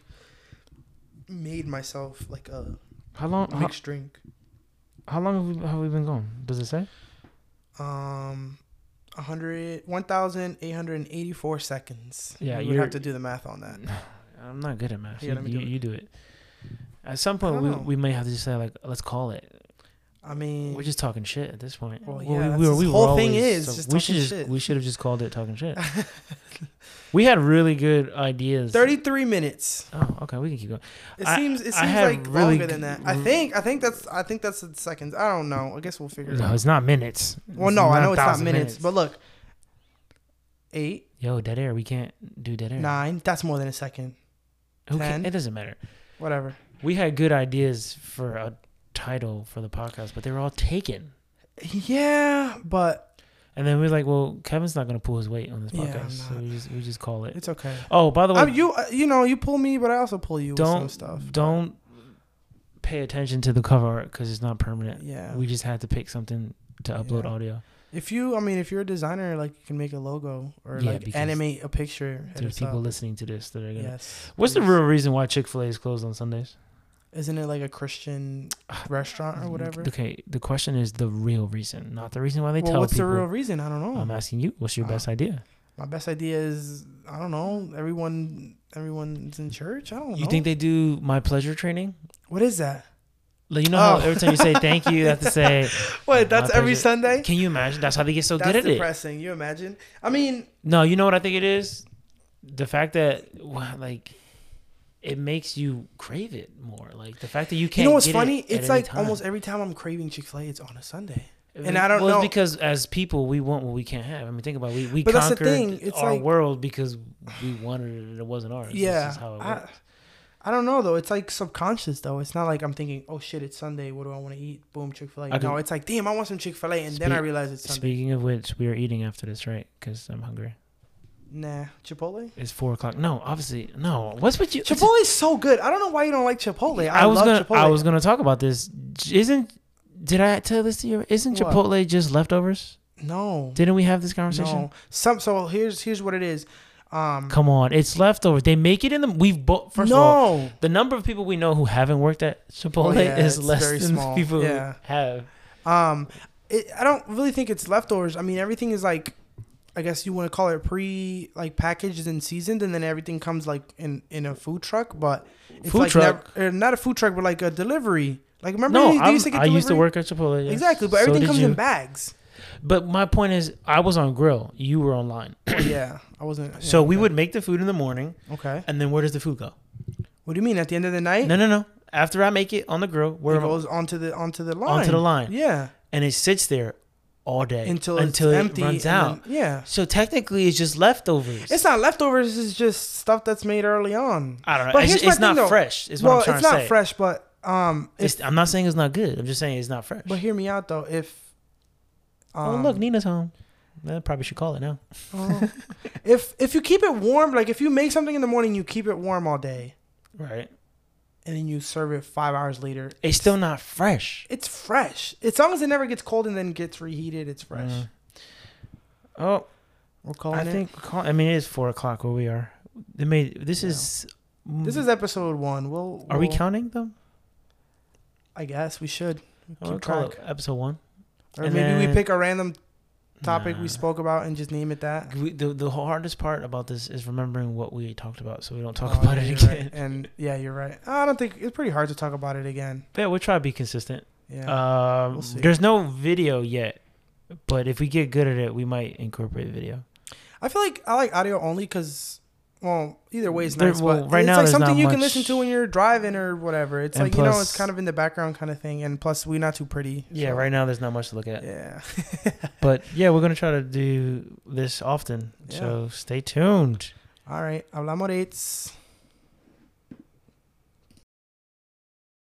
B: made myself like a
A: How long? How,
B: mixed drink.
A: how long have we, have we been going? Does it say?
B: Um, 100, 1,884 seconds.
A: Yeah,
B: you would
A: you're-
B: have to do the math on that.
A: (sighs) I'm not good at math. you,
B: Here, Uh, let me
A: you,
B: do it.
A: you do it. At some
B: I
A: point,
B: don't
A: we,
B: know.
A: we may have to just say like, let's call it.
B: I mean,
A: We're just talking shit at this point.
B: Well,
A: we-
B: yeah, that's
A: we, were-
B: this
A: we were
B: whole thing
A: always-
B: is
A: so
B: just
A: we should
B: talking
A: just
B: shit.
A: we should have just called it talking
B: (laughs)
A: shit. we had really good ideas.
B: 33 minutes.
A: Oh, okay, we can keep going.
B: It
A: I-
B: seems it
A: I
B: seems
A: had
B: like
A: really
B: longer
A: g-
B: than that. I think I think that's I think that's the seconds. I don't know. I guess we'll figure it
A: No,
B: out.
A: it's not minutes.
B: Well, no, I know it's not
A: 1,000
B: minutes, but look. 8
A: yo, dead air. We can't do dead air.
B: 9, that's more than a second.
A: Who ca-
B: 10.
A: It doesn't matter.
B: Whatever.
A: We had good ideas for a title for the podcast, but they were all taken.
B: Yeah, but
A: And then we were like, well, Kevin's not going to pull his weight on this
B: Yeah, I'm
A: podcast. so
B: not.
A: we just, we just call it.
B: it's okay.
A: Oh, by the way,
B: I'm, you uh, you know, you pull me, but I also pull you
A: don't,
B: with some stuff.
A: don't pay attention to the cover art because it's not permanent.
B: Yeah.
A: We just had to pick something to upload
B: Yeah.
A: audio.
B: If you, I mean, if you're a designer, like you can make a logo or
A: Yeah,
B: like
A: because
B: animate a picture. hit
A: There's
B: us up.
A: people listening to this that are going to.
B: Yes.
A: What's the
B: please.
A: real reason why Chick fil A is closed on Sundays?
B: Isn't it like a Christian
A: Mm-hmm.
B: restaurant or Uh, whatever?
A: Okay, the question is the real reason, not the reason why they
B: well,
A: tell
B: what's
A: people.
B: the real reason? I don't know.
A: I'm asking you, what's your
B: Uh,
A: best idea?
B: My best idea is I don't know. Everyone, everyone's in church. I don't know.
A: You think they do my pleasure training?
B: what is that?
A: Like, you know how
B: Oh.
A: every time you say thank you, you have
B: (laughs)
A: to say.
B: Wait, that's
A: My
B: every
A: pleasure.
B: Sunday.
A: Can you imagine? That's how they get so
B: That's
A: good at it.
B: depressing. You imagine? I mean,
A: No, you know what I think it is? The fact that wha- like it makes you crave it more. Like the fact that you can't.
B: you know what's
A: get
B: funny?
A: It at
B: It's
A: any
B: like
A: time.
B: almost every time I'm craving Chick Fil A, it's on a Sunday.
A: It
B: and
A: was-
B: I don't
A: well, it's
B: know-
A: because as people, we want what we can't have. I mean, think about it. we we
B: But that's the
A: conquered
B: thing, it's
A: our
B: like-
A: world because we wanted it and it wasn't ours.
B: yeah.
A: this is how it
B: I-
A: works.
B: I don't know though. It's like subconscious though. It's not like I'm thinking, oh shit, it's Sunday. What do I want to eat? Boom, Chick Fil
A: I
B: A.
A: do-
B: No, it's like, damn, I want some Chick Fil A, and then I
A: Speak-
B: realize it's Sunday.
A: Speaking of which, we are eating after this, right? Because I'm hungry.
B: Nah, Chipotle.
A: It's four o'clock. No, obviously, no. What's with you?
B: Chipotle's so good. I don't know why you don't like Chipotle. I,
A: I, was
B: love
A: gonna
B: Chipotle.
A: I was gonna talk about this. J- Isn't did I tell this to you? Isn't
B: What?
A: Chipotle just leftovers?
B: no,
A: Didn't we have this conversation?
B: no. Some. So here's here's what it is. Um,
A: Come on, it's leftovers. They make it in the. We've both. First
B: no.
A: of all, the number of people we know who haven't worked at Chipotle
B: Oh, yeah,
A: is
B: it's
A: less
B: very
A: than
B: small.
A: people
B: Yeah.
A: who have.
B: Um, it, I don't really think it's leftovers. I mean, everything is like, I guess you want to call it pre like packaged and seasoned, and then everything comes like in in a food truck. But it's
A: Food
B: like
A: truck?
B: never- or not a food truck, but like a delivery. Like remember,
A: no,
B: they used- they
A: I'm-
B: used to get
A: I used to
B: delivery?
A: work at Chipotle. yes.
B: Exactly, but
A: So
B: everything
A: did
B: comes in
A: you. (clears throat)
B: bags.
A: But my point is, I was on grill. You were online.
B: Well, yeah, I wasn't. yeah,
A: So we
B: okay.
A: would make the food in the morning,
B: Okay.
A: and then where does the food go?
B: What do you mean? At the end of the night,
A: No, no, no. After I make it on the grill, where
B: it goes onto the onto the line.
A: onto the line,
B: Yeah.
A: and it sits there all day until
B: Until it's
A: until it
B: empty
A: runs
B: and
A: out.
B: then- yeah.
A: So technically, it's just leftovers.
B: It's not leftovers. It's just stuff that's made early on.
A: I don't know.
B: But
A: it's
B: here's
A: it's
B: my
A: not
B: thing, though.
A: fresh. Is what
B: well,
A: I'm
B: it's
A: trying
B: not
A: to say.
B: fresh, but um, if,
A: It's, I'm not saying it's not good. I'm just saying it's not fresh.
B: but hear me out though. If um,
A: oh look, Nina's home. I probably should call it now.
B: oh. if if you keep it warm, like if you make something in the morning, you keep it warm all day,
A: Right.
B: and then you serve it five hours later.
A: It's still not fresh.
B: It's fresh. As long as it never gets cold and then gets reheated, it's fresh.
A: Mm. Oh,
B: We're calling
A: I
B: it.
A: think. Call, I mean, it is four o'clock where we are. They made this is.
B: this is episode one. We'll,
A: Are we
B: we'll-
A: counting them?
B: I guess we should
A: I
B: keep
A: would call
B: track.
A: it episode one.
B: Or
A: and
B: maybe we
A: then-
B: pick a random topic we
A: Nah.
B: spoke about and just name it that.
A: We, the the hardest part about this is remembering what we talked about, so we don't talk
B: Oh,
A: about
B: yeah,
A: it
B: you're right.
A: again.
B: And yeah, you're right. I don't think it's pretty hard to talk about it again.
A: Yeah, we'll try to be consistent.
B: Yeah.
A: um,
B: we'll see.
A: there's no video yet, but if we get good at it, we might incorporate video.
B: I feel like I like audio only because, well, either way is
A: There-
B: nice.
A: well,
B: but
A: right
B: it's
A: now
B: like
A: there's
B: something
A: not
B: you can
A: much-
B: listen to when you're driving or whatever. It's
A: And
B: like you know,
A: plus-
B: it's kind of in the background kind of thing. And plus, we're not too pretty.
A: Yeah,
B: so-
A: right now there's not much to look at.
B: Yeah.
A: But yeah, we're gonna try to do this often. So stay tuned.
B: All right. Hablamos. de it's.